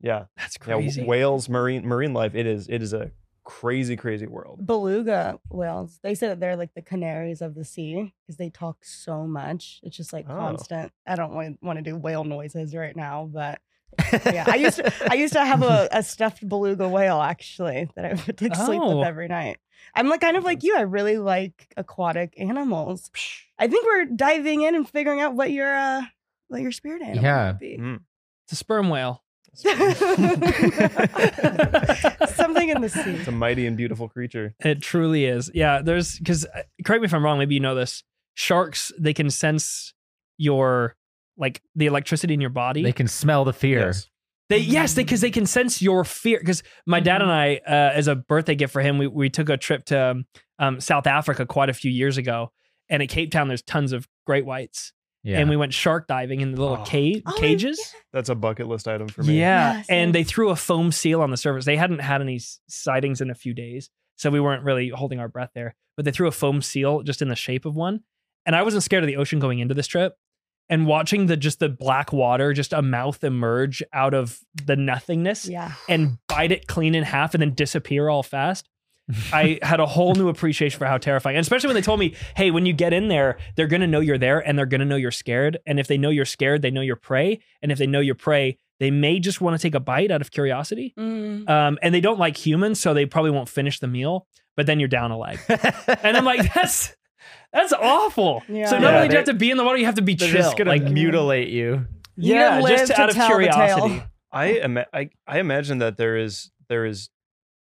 D: yeah
A: That's
D: yeah
A: crazy.
D: whales marine marine life it is it is a crazy crazy world
C: Beluga whales. They say that they're like the canaries of the sea because they talk so much. It's just like
D: Oh.
C: constant. I don't want want to do whale noises right now, but yeah, I used to I used to have a, a stuffed beluga whale actually that I would like sleep
A: Oh.
C: with every night. I'm like kind of like you. I really like aquatic animals. I think we're diving in and figuring out what your uh what your spirit animal
B: Yeah.
C: would be.
D: Mm.
A: It's a sperm whale. Mm.
C: Something in the sea.
D: It's a mighty and beautiful creature.
A: It truly is. Yeah, there's because correct me if I'm wrong. Maybe you know this. Sharks they can sense your like the electricity in your body.
B: They can smell the fear.
D: Yes.
A: They yes, because they, can sense your fear. Because my dad
B: Mm-hmm.
A: and I, uh, as a birthday gift for him, we we took a trip to um, um, South Africa quite a few years ago, and at Cape Town there's tons of great whites,
B: Yeah.
A: and we went shark diving in the little
D: Oh.
A: cage
C: Oh,
A: cages.
D: That's a bucket list item for me.
A: Yeah,
C: Yeah, same.
A: and they threw a foam seal on the surface. They hadn't had any s- sightings in a few days, so we weren't really holding our breath there. But they threw a foam seal just in the shape of one, and I wasn't scared of the ocean going into this trip. And watching the just the black water, just a mouth emerge out of the nothingness
C: Yeah.
A: and bite it clean in half and then disappear all fast. I had a whole new appreciation for how terrifying, and especially when they told me, "Hey, when you get in there, they're gonna know you're there, and they're gonna know you're scared. And if they know you're scared, they know you're prey. And if they know you're prey, they may just want to take a bite out of curiosity.
C: Mm.
A: Um, and they don't like humans, so they probably won't finish the meal. But then you're down a leg, and I'm like, that's that's awful.
C: Yeah.
A: So not
B: Yeah,
A: only do you
B: they-
A: have to be in the water, you have to be
B: They're
A: chill.
B: just gonna
A: like,
B: mutilate you.
C: You're
A: yeah,
C: gonna
A: just
C: live to
A: out of
C: tell the tale.
A: curiosity.
D: I, ima- I I imagine that there is there is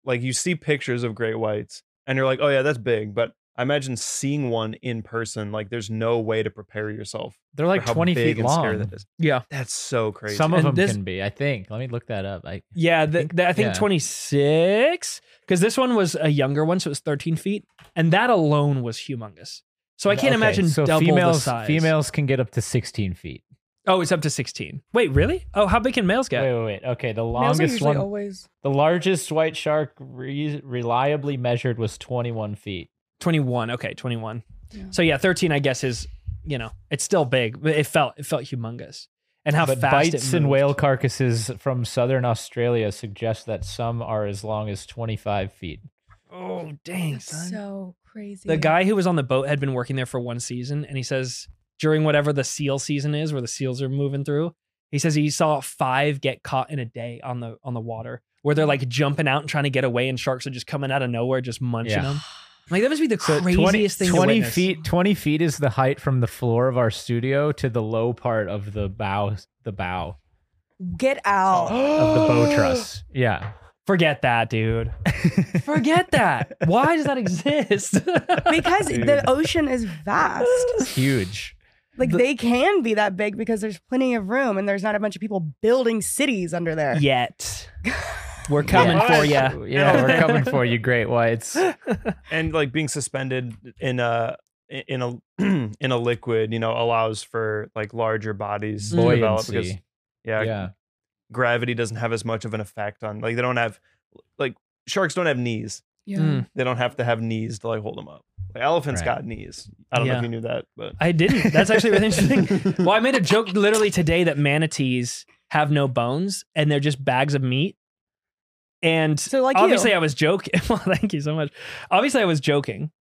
D: like you see pictures of great whites and you're like, oh yeah, that's big. But I imagine seeing one in person, like there's no way to prepare yourself.
B: They're
D: for
B: like
D: how
B: twenty
D: big
B: feet
D: and scary
B: long.
D: That is.
A: Yeah,
D: That's so crazy.
B: Some of
A: And
B: them
A: this-
B: can be. I think. Let me look that up. I,
A: Yeah, the, the, I think
B: yeah.
A: 26, because this one was a younger one, so it was 13 feet, and that alone was humongous. So I can't
B: Okay,
A: imagine
B: so
A: double
B: females,
A: the size.
B: Females can get up to sixteen feet.
A: Oh, it's up to 16. Wait, really? Oh, how big can males get?
B: Wait, wait, wait. Okay, the
C: Males are
B: longest
C: usually
B: one,
C: always.
B: the largest white shark re- reliably measured was twenty-one feet.
A: 21. Okay, 21.
C: Yeah.
A: So yeah, 13 I guess is, you know, it's still big, but it felt it felt humongous. And how
B: but
A: fast
B: bites
A: it
B: and
A: moved.
B: whale carcasses from southern Australia suggest that some are as long as twenty-five feet.
A: Oh, dang, son.
C: So crazy.
A: The guy who was on the boat had been working there for one season, and he says during whatever the seal season is, where the seals are moving through, he says he saw five get caught in a day on the on the water, where they're like jumping out and trying to get away, and sharks are just coming out of nowhere, just munching
B: Yeah.
A: them. Like that must be the
B: So
A: craziest
B: 20,
A: thing.
B: 20
A: to witness.
B: feet. Twenty feet is the height from the floor of our studio to the low part of the bow. The bow
C: Get
D: Oh.
C: out.
B: of the bow truss. Yeah.
A: Forget that, dude. Forget that. Why does that exist?
C: because the
D: Dude.
C: ocean is vast.
B: huge.
C: Like
A: The-
C: they can be that big because there's plenty of room and there's not a bunch of people building cities under there.
A: Yet we're coming for
D: Yeah.
A: you.
B: Yeah, we're coming for you, great whites.
D: and like being suspended in a in a in a liquid, you know, allows for like larger bodies to develop because
B: Buoyancy.
D: yeah,
B: Yeah.
D: gravity doesn't have as much of an effect on like they don't have like sharks don't have knees.
A: Mm.
D: They don't have to have knees to like hold them up. Like elephants
B: Right.
D: got knees. I don't know
A: Yeah.
D: if you knew that, but
A: I didn't. That's actually really interesting. Well, I made a joke literally today that manatees have no bones and they're just bags of meat. And
C: So like
A: obviously,
C: you.
A: I was joking. Well, thank you so much. Obviously, I was joking.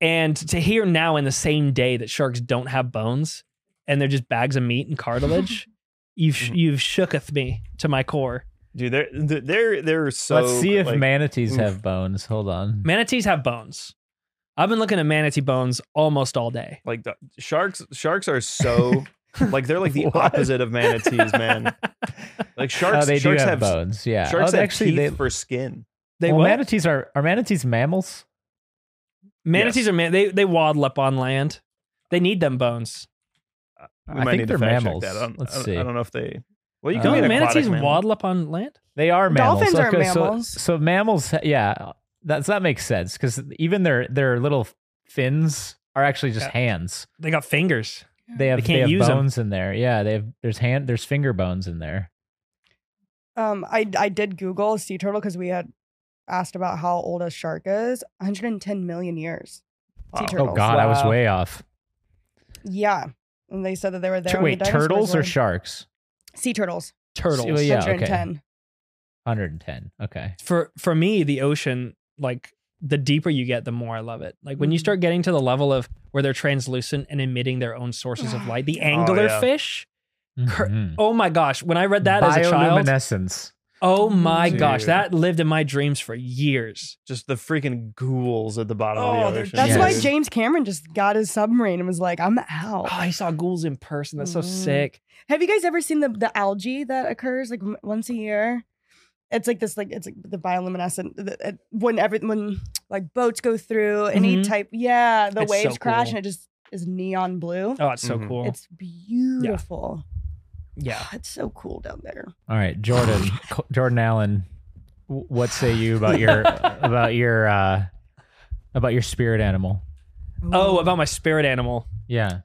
A: And to hear now in the same day that sharks don't have bones and they're just bags of meat and cartilage, you've sh-
C: Mm-hmm.
D: Mhm.
A: you've shooketh me to my core.
D: dude, they're they're they're so.
B: Let's see if
D: like,
B: manatees
D: oof.
B: have bones. Hold on.
A: Manatees have bones. I've been looking at manatee bones almost all day.
D: like the, sharks sharks are so like they're like the
B: What?
D: opposite of manatees, man.
B: Oh,
D: Like sharks,
B: they do
D: sharks
B: have,
D: have,
B: bones. Yeah.
D: sharks
B: oh,
D: have
B: actually,
D: teeth
B: they,
D: for skin.
A: They
B: well,
A: what?
B: manatees are are manatees mammals?
A: manatees
D: Yes.
A: are man. They they waddle up on land. They need them bones.
D: We
B: I
D: might
B: think
D: need
B: they're
D: to fact check
B: mammals.
D: That. I, don't,
B: Let's
D: I don't-
B: see.
D: I don't know if they. Well, you
B: Uh,
D: can be
A: Don't
D: an aquatic
A: manatees
D: mammal.
A: waddle up on land?
B: They are mammals.
C: Dolphins are
B: so-
C: mammals.
B: So, mammals, yeah, that's that makes sense because even their their little fins are actually just
A: Yeah.
B: hands.
A: They got fingers.
B: They have,
A: can't
B: have
A: use 'em.
B: bones in there. Yeah, they have. There's hand. There's finger bones in there.
C: um I I did Google sea turtle because we had asked about how old a shark is. 110 million years. Sea
D: Wow.
C: turtles.
B: Oh God, I was
A: Wow.
B: way off.
C: Yeah. And they said that they were there.
B: Tur-
C: when the
B: Wait,
C: dinosaurs
B: turtles
C: were-
B: or sharks?
C: sea turtles?
A: Turtles.
B: Well, yeah, okay.
C: 110.
B: 110. Okay.
A: For for me, the ocean, like the deeper you get, the more I love it. Like when you
C: Mhm.
D: Mm.
A: start getting to the level of where they're translucent and emitting their own sources of light, the
D: Oh, yeah.
A: angler fish. Cur-
B: Mhm.
A: Oh my gosh! When I read that as a child,
B: Bioluminescence.
A: Oh my
D: Dude.
A: gosh, that lived in my dreams for years.
D: Just the freaking ghouls at the bottom
A: Oh,
D: of the
A: they're-
D: ocean.
C: That's
B: Yeah.
C: why James Cameron just got his submarine and was like, I'm out.
A: Oh, I saw ghouls in person. That's so
C: Mm.
A: sick.
C: Have you guys ever seen the, the algae that occurs like m- once a year? It's like this, like it's like the bioluminescent. The, it, when every when like boats go through any
A: Mhm.
C: type, yeah, the
A: It's so
C: waves crash
A: cool.
C: and it just is neon blue.
A: Oh, it's so
D: Mhm.
A: cool.
C: It's beautiful.
A: yeah.
C: it's so cool down there.
B: All right, Jordan, Co- Jordan Allen, w- what say you about your about your uh about your spirit animal?
A: Oh, about my spirit animal.
B: Yeah.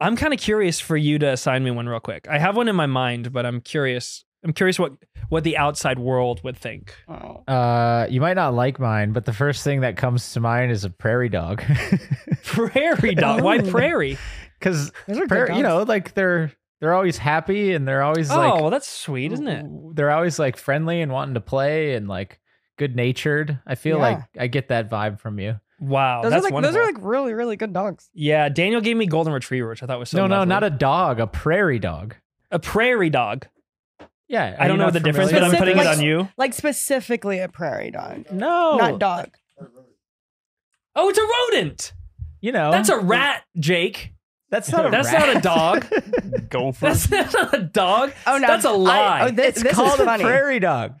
A: I'm kind of curious for you to assign me one real quick. I have one in my mind, but I'm curious. I'm curious what what the outside world would think.
C: Oh.
B: Uh, you might not like mine, but the first thing that comes to mind is a prairie dog,
A: Prairie dog. Why
C: Oh.
A: prairie?
B: because
C: Those are good
B: prairie,
C: dogs.
B: you know, like they're they're always happy and they're always
A: oh,
B: like
A: well, that's sweet, isn't it?
B: They're always like friendly and wanting to play and like good natured. I feel
C: Yeah.
B: like I get that vibe from you.
A: Wow,
C: those are
A: that's
C: like
A: wonderful.
C: those are like really really good dogs.
A: yeah, Daniel gave me golden retriever, which I thought was so.
B: no, no,
A: lovely.
B: not a dog, a prairie dog.
A: a prairie dog.
B: Yeah,
A: I
B: are
A: don't
B: you
A: know
B: not
A: the difference, but
B: familiar?
A: I'm
C: Specific-
A: putting it
C: like-
A: on you.
C: Like specifically a prairie dog,
B: no,
C: not dog.
A: Oh, it's a rodent.
B: you know
A: That's a rat, Jake.
B: that's not Oh. a
A: That's
B: rat.
A: not a dog.
D: Gopher.
A: That's, that's not a dog.
C: Oh no,
A: That's a lie.
C: I, oh, this,
B: it's
C: this
B: called
C: is
B: a
C: funny.
B: prairie dog.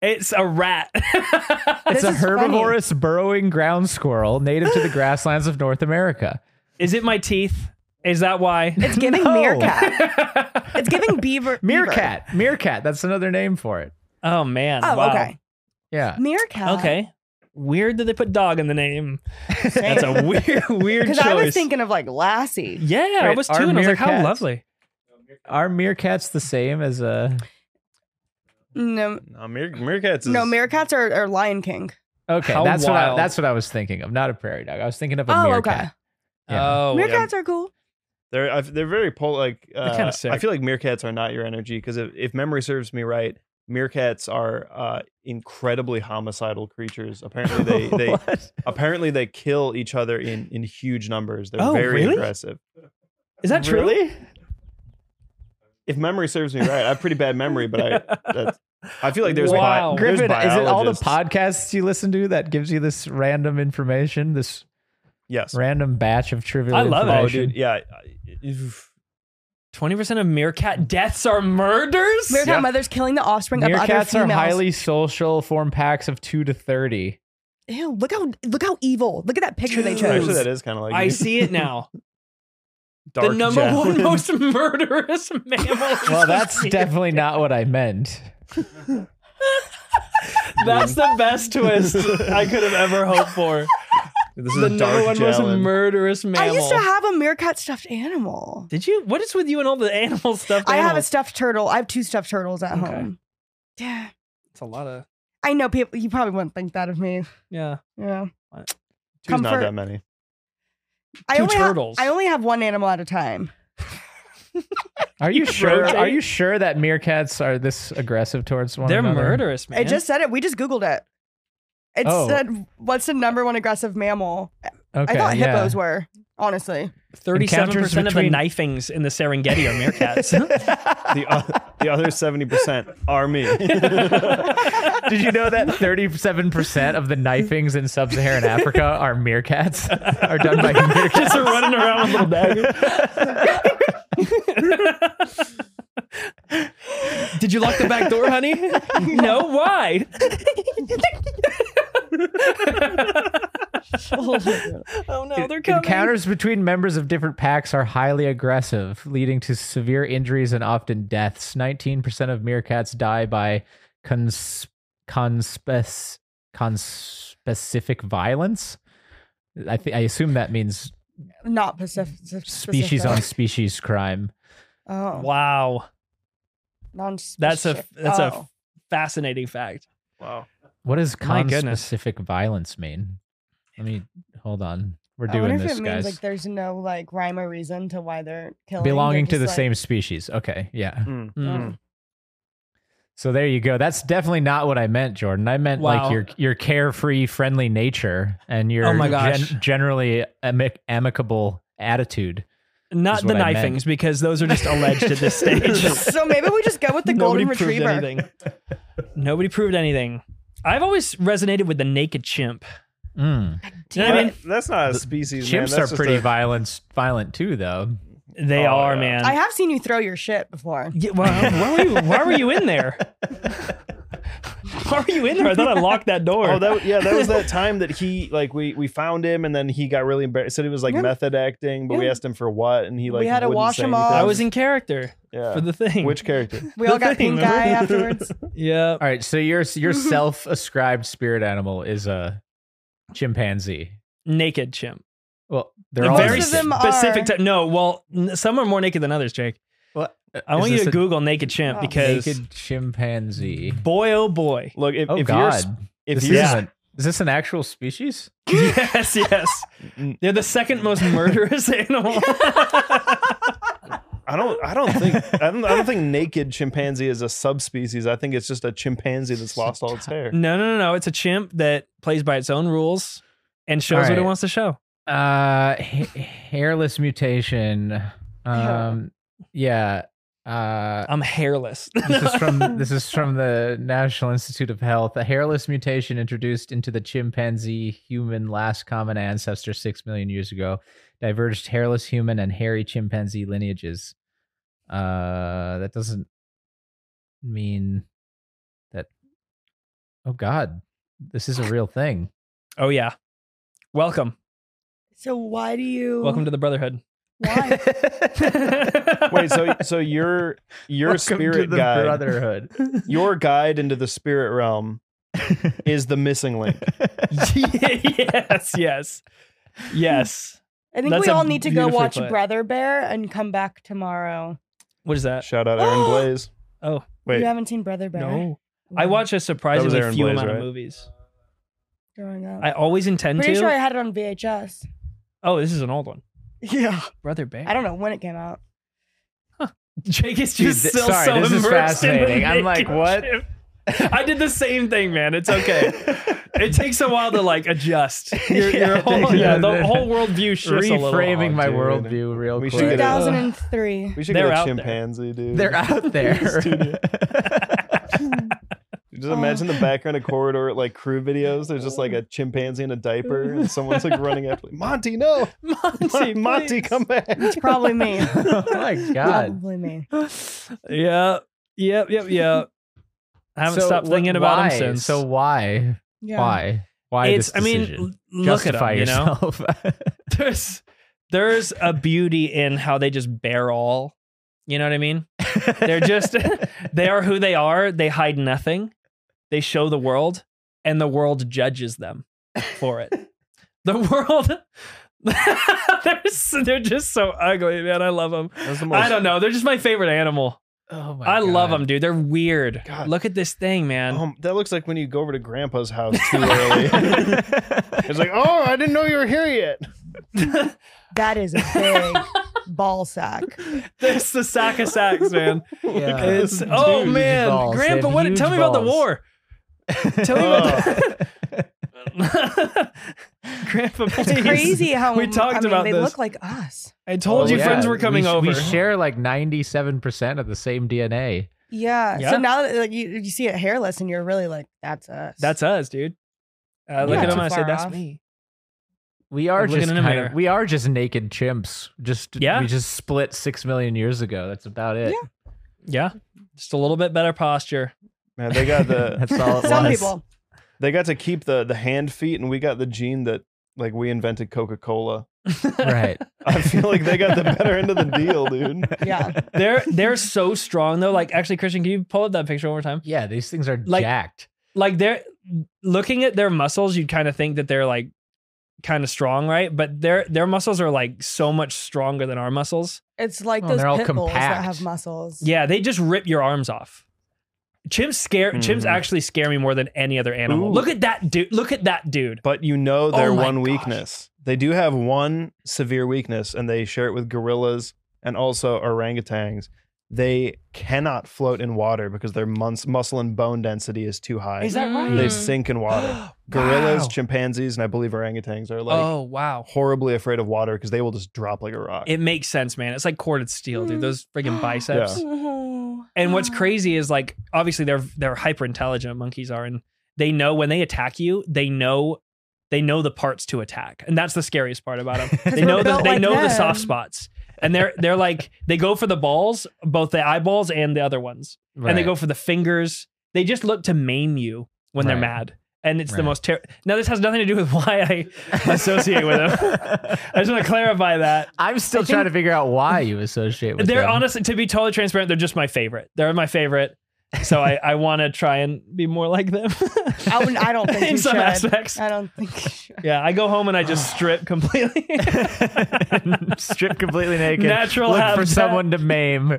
A: It's a rat.
B: It's
C: This
B: a
C: is funny.
B: herbivorous burrowing ground squirrel native to the grasslands of North America.
A: Is it my teeth? Is that why?
C: It's giving
B: No.
C: meerkat. It's giving beaver. beaver.
B: Meerkat. Meerkat. That's another name for it.
A: oh man.
C: Oh,
A: Wow.
C: okay. Uh-huh.
B: Yeah.
C: Meerkat.
A: Okay. Weird that they put dog in the name.
C: Same.
A: That's a weird, weird choice.
C: Because I was thinking of like Lassie.
A: yeah, I
B: Wait,
A: was
B: are
A: too, and I was like, how
B: meerkats-
A: lovely.
B: Are meerkats the same as a?
C: No,
D: no, Meer- meerkats. Is,
C: no, meerkats are, are Lion King.
B: Okay,
A: How
B: that's what I,
A: wild.
B: that's what I was thinking of. Not a prairie dog. I was thinking of a
C: Oh,
B: meerkat.
C: okay.
B: Yeah.
A: Oh,
C: meerkats are cool.
D: They're I've- they're very pol- like. Uh,
A: kinda sick.
D: I feel like meerkats are not your energy because if, if memory serves me right, meerkats are uh, incredibly homicidal creatures. Apparently they they
B: What?
D: apparently they kill each other in in huge numbers. They're
A: Oh,
D: very
A: really?
D: aggressive.
A: is that true?
B: Really?
D: If memory serves me right, I have pretty bad memory, but I that's, I feel like there's
A: Wow.
D: wow.
A: There's
B: Griffin, is it all the podcasts you listen to that gives you this random information, this
D: Yes.
B: random batch of trivial
A: I love it.
D: Oh,
B: information?
D: dude. Yeah. I- oof.
A: 20% of meerkat deaths are murders?
C: Meerkat
D: Yeah.
C: mothers killing the offspring of other
B: Meerkats are
C: females.
B: highly social, form packs of two to thirty.
C: Ew, look how look how evil. Look at that picture they
A: Dude.
C: chose.
D: Actually, that is kind of like
A: I
D: you.
A: see it now. the
D: Dark
A: number one
D: Javelin.
A: most murderous mammal.
B: Well, that's
A: species.
B: definitely not what I meant.
A: That's the best twist I could have ever hoped for.
D: This is
A: The
D: a dark
A: number one most
D: Javelin.
A: murderous mammal.
C: I used to have a meerkat stuffed animal.
A: Did you? What is with you and all the animal stuff?
C: I have a stuffed turtle. I have two stuffed turtles at
A: Okay.
C: home. Yeah.
A: It's a lot of.
C: I know people you probably wouldn't think that of me.
A: Yeah.
C: Yeah.
D: Two's
C: comfort.
D: not that many.
C: I
A: Two
C: only ha-
A: turtles.
C: I only have one animal at a time.
B: Are you
A: You
B: sure?
A: rotate?
B: Are you sure that meerkats are this aggressive towards one
A: They're
B: another?
A: murderous, man.
C: It just said it. We just Googled it. It
B: Oh.
C: said what's the number one aggressive mammal?
B: Okay,
C: I thought
B: yeah.
C: hippos were, honestly.
A: thirty-seven percent of the
B: between-
A: knifings in the Serengeti are meerkats.
D: The, o- the other 70% are me.
B: Did you know that 37% of the knifings in sub-Saharan Africa are meerkats? Are done by meerkats?
A: just running around with little daggers. Did you lock the back door, honey? no. Why? oh no, they're coming.
B: Encounters between members of different packs are highly aggressive, leading to severe injuries and often deaths. 19% of meerkats die by cons- conspec- conspecific violence. I, thi- I assume that means
C: Not Pacific.
B: species on species crime.
C: Oh,
A: Wow,
C: non
A: that's a that's
C: Oh.
A: a fascinating fact.
D: wow.
B: What does
A: My goodness.
B: conspecific violence mean? Let me hold on. We're
C: I
B: doing
C: wonder
B: this,
C: if it means
B: guys.
C: like there's no like rhyme or reason to why they're killing.
B: Belonging to
C: They're
B: the
C: just like-
B: same species. Okay, yeah.
D: Mm.
A: Mm.
B: So there you go. That's definitely not what I meant, Jordan. I meant
A: Wow.
B: like your your carefree, friendly nature and your
A: Oh my gosh.
B: generally amic- amicable attitude.
A: Not
B: Is
A: the
B: what I meant.
A: knifings, because those are just alleged at this stage.
C: so maybe we just go with the golden
A: proved
C: retriever.
A: anything. Nobody proved anything. I've always resonated with the naked chimp.
B: Mm.
A: You know what I mean?
D: That- that's not a species. man.
B: Chimps
D: That's
B: are
D: just
B: pretty
D: a-
B: violent, violent too, though.
A: They
D: Oh,
A: are,
D: yeah.
A: man.
C: I have seen you throw your shit before.
A: Yeah, well, why were you? Why were you in there? Why were you in there? I thought I locked that door.
D: Oh, that yeah, that was that time that he like we we found him and then he got really embarrassed. Said he was like
C: Yeah.
D: method acting, but we
C: Yeah.
D: asked him for what, and he
C: We
D: like
C: had to
D: wouldn't
C: wash
D: say
C: him
D: anything.
C: off.
A: I was in character
D: yeah.
A: for the thing.
D: which character?
C: We
A: The
C: all got
A: thing,
C: pink eye
A: remember?
C: afterwards.
A: Yeah.
B: All right, so your your
C: Mhm.
B: self-ascribed spirit animal is a chimpanzee.
A: Naked chimp.
B: Well, they're
C: Most
B: all
A: Very
C: of them
A: specific.
C: are-
A: Type. No, well, n- some are more naked than others, Jake.
B: What?
A: I want
B: Is
A: you
B: this
A: to
B: a
A: Google naked chimp
C: Oh.
A: because
B: naked chimpanzee.
A: boy, oh boy.
D: Look, if,
B: Oh
D: if you're
B: God!
D: s- if
B: This
D: you're
A: yeah.
B: isn't- Is this an actual species?
A: yes, yes. They're the second most murderous animal.
D: I don't I don't think I don't, I don't think naked chimpanzee is a subspecies. I think it's just a chimpanzee that's lost all its hair.
A: no, no, no, no. It's a chimp that plays by its own rules and shows what it
B: Alright.
A: wants to show.
B: Uh, ha- hairless mutation. Um, yeah. Uh,
A: I'm hairless.
B: this is from this is from the National Institute of Health. A hairless mutation introduced into the chimpanzee human last common ancestor six million years ago diverged hairless human and hairy chimpanzee lineages. Uh, that doesn't mean that. Oh God, this is a real thing.
A: oh yeah. Welcome.
C: So why do you?
A: Welcome to the Brotherhood.
C: Why?
D: Wait, so so your your
B: Welcome to
D: spirit
B: the
D: guide,
B: brotherhood.
D: your guide into the spirit realm, is the missing link.
A: yes, yes. Yes.
C: I think
A: That's
C: we
A: a
C: all need to go
A: beautifully
C: watch
A: put.
C: Brother Bear and come back tomorrow.
A: What is that?
D: Shout out Aaron Blaze.
A: Oh,
D: Wait,
C: You haven't seen Brother Bear?
A: no. I watch a surprisingly
D: Aaron
A: few
D: Blaze,
A: amount
D: right?
A: of movies.
C: Growing up.
A: I always intend
C: Pretty
A: to.
C: sure I had it on VHS.
A: oh, this is an old one.
C: Yeah.
A: Brother Bear.
C: I don't know when it came out.
A: Jake is
B: Dude,
A: just
B: th-
A: still
B: sorry,
A: so
B: this is
A: immersed in the
B: fascinating. I'm like,
A: naked
B: what?
A: chimp. I did the same thing, man. It's okay. it takes a while to like adjust. Your,
B: Yeah,
A: your
B: it
A: whole,
B: takes-
A: yeah, the whole worldview shifts a little.
B: reframing my
D: dude.
B: worldview real
D: We should
B: quick.
D: get a-
C: 2003.
D: we should
A: They're
D: get a
A: out there.
D: chimpanzee, dude.
B: They're out there.
D: Just imagine
B: Oh.
D: the background of corridor like crew videos. There's just like a chimpanzee in a diaper, and someone's like running after like, Monty. No,
A: Monty,
D: Monty,
A: please.
D: come back.
C: It's probably me.
B: oh my god!
C: Probably me.
A: Yeah. Yep. Yep. Yep. I haven't
B: So
A: stopped
B: wh-
A: thinking about him
B: why?
A: since.
B: So why?
C: Yeah.
B: Why? Why
A: it's.
B: this
A: I mean,
B: decision?
A: l- look at
B: Justify
A: him. You know,
B: yourself.
A: there's there's a beauty in how they just bear all. You know what I mean? They're just they are who they are. They hide nothing. They show the world, and the world judges them for it. the world. they're, s- they're just so ugly, man. I love them.
D: That's the
A: I don't know. They're just my favorite animal.
B: Oh my
A: I love
B: God. Oh
A: them, dude. They're weird.
D: God.
A: Look at this thing, man.
D: Um, that looks like when you go over to grandpa's house too early. it's like, oh, I didn't know you were here yet.
C: That is a big ball sack.
A: There's the sack of sacks, man.
B: Yeah.
A: It's
B: Dude,
A: oh
B: huge
A: man,
B: balls. They
A: Grandpa,
B: have
A: what?
B: huge
A: Tell me about the
B: balls.
A: war. Tell me about
B: Oh.
A: the Grandpa,
C: It's
A: please.
C: crazy how
A: We talked
C: I mean,
A: about
C: they
A: this.
C: look like us.
A: I told
B: Oh,
A: you
B: yeah.
A: friends were coming
B: we, sh-
A: over.
B: We share like ninety-seven percent of the same DNA.
C: Yeah.
A: Yeah.
C: So now that like, you, you see it hairless and you're really like, that's us.
A: That's us, dude. Uh, look
B: Yeah.
A: at him
C: Too
A: and I
C: far
A: said, "That's
C: off.
A: me."
B: We are
A: Like looking
B: just
A: in a
B: kind
A: mirror.
B: of, we are just naked chimps. Just
A: Yeah.
B: we just split six million years ago. That's about it.
A: Yeah, just a little bit better posture.
D: Man, they got the
B: That's all. It
C: some
B: was.
C: people.
D: they got to keep the the hand feet, and we got the gene that like we invented Coca Cola.
B: right?
D: I feel like they got the better end of the deal, dude.
C: Yeah.
A: They're they're so strong though. Like actually, Christian, can you pull up that picture one more time?
B: Yeah, these things are
A: Like-
B: jacked.
A: like they're looking at their muscles you'd kind of think that they're like kind of strong right but their their muscles are like so much stronger than our muscles
C: It's like
B: Oh,
C: those
B: they're all
C: pit bulls that
B: compact.
C: have muscles.
A: yeah they just rip your arms off chimps scare chimps
D: Mhm.
A: actually scare me more than any other animal
D: Ooh.
A: look at that dude look at that dude
D: But you know their
A: Oh my
D: one
A: gosh.
D: weakness. They do have one severe weakness, and they share it with gorillas and also orangutans. they cannot float in water because their mus- muscle and bone density is too high.
A: Is that right?
D: they
E: Mm.
D: sink in water. Gorillas,
A: Wow.
D: chimpanzees, and I believe orangutans are like
A: oh wow.
D: horribly afraid of water because they will just drop like a rock.
A: It makes sense, man. It's like corded steel, dude. Those friggin' biceps.
E: Oh.
A: And
C: Mm.
A: what's crazy is like obviously they're they're hyper intelligent monkeys are and they know when they attack you, they know they know the parts to attack. And that's the scariest part about them. They
E: we're
A: know the,
E: built
A: they
E: like
A: know the soft
E: them.
A: spots. And they're they're like they go for the balls, both the eyeballs and the other ones. And they
B: Right.
A: go for the fingers. They just look to maim you when they're
B: Right.
A: mad. And it's the
B: Right.
A: most ter- Now this has nothing to do with why I associate with them. I just want to clarify that.
B: I'm still
A: I think-
B: trying to figure out why you associate with
A: they're
B: them.
A: honestly to be totally transparent they're just my favorite they're my favorite so i, I want to try and be more like them
C: I, wouldn't- I don't think
A: in
C: you
A: some
C: should.
A: aspects
C: I don't think you should.
A: yeah i go home and i just strip completely
B: Strip completely naked.
A: Natural
B: Look for
A: habitat.
B: someone to maim.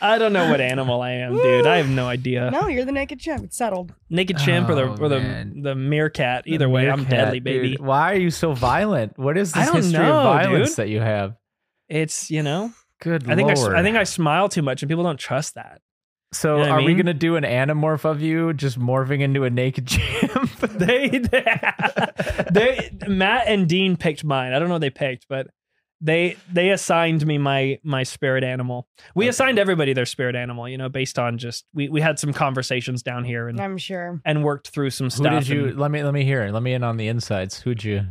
A: i don't know what animal i am dude i have no idea
C: No, you're the naked chimp. It's settled.
A: naked chimp or the
B: Oh,
A: or the,
B: man.
A: the meerkat either way i'm
B: Meerkat,
A: deadly baby
B: dude. Why are you so violent? What is
A: I
B: this
A: don't
B: history
A: know,
B: of violence
A: dude.
B: that you have?
A: it's you know
B: Good
A: i think I, s-
B: lord.
A: I think i smile too much and people don't trust that You
B: So
A: know what
B: are
A: I
B: we
A: mean?
B: gonna do an anamorph of you just morphing into a naked chimp?
A: they, they, they Matt and Dean picked mine. I don't know what they picked, but they they assigned me my my spirit animal. We assigned everybody their spirit animal, you know, based on just we we had some conversations down here and
C: I'm sure.
A: and worked through some
B: Who
A: stuff.
B: did you?
A: and-
B: Let me let me hear it. Let me in on the insides. Who'd you?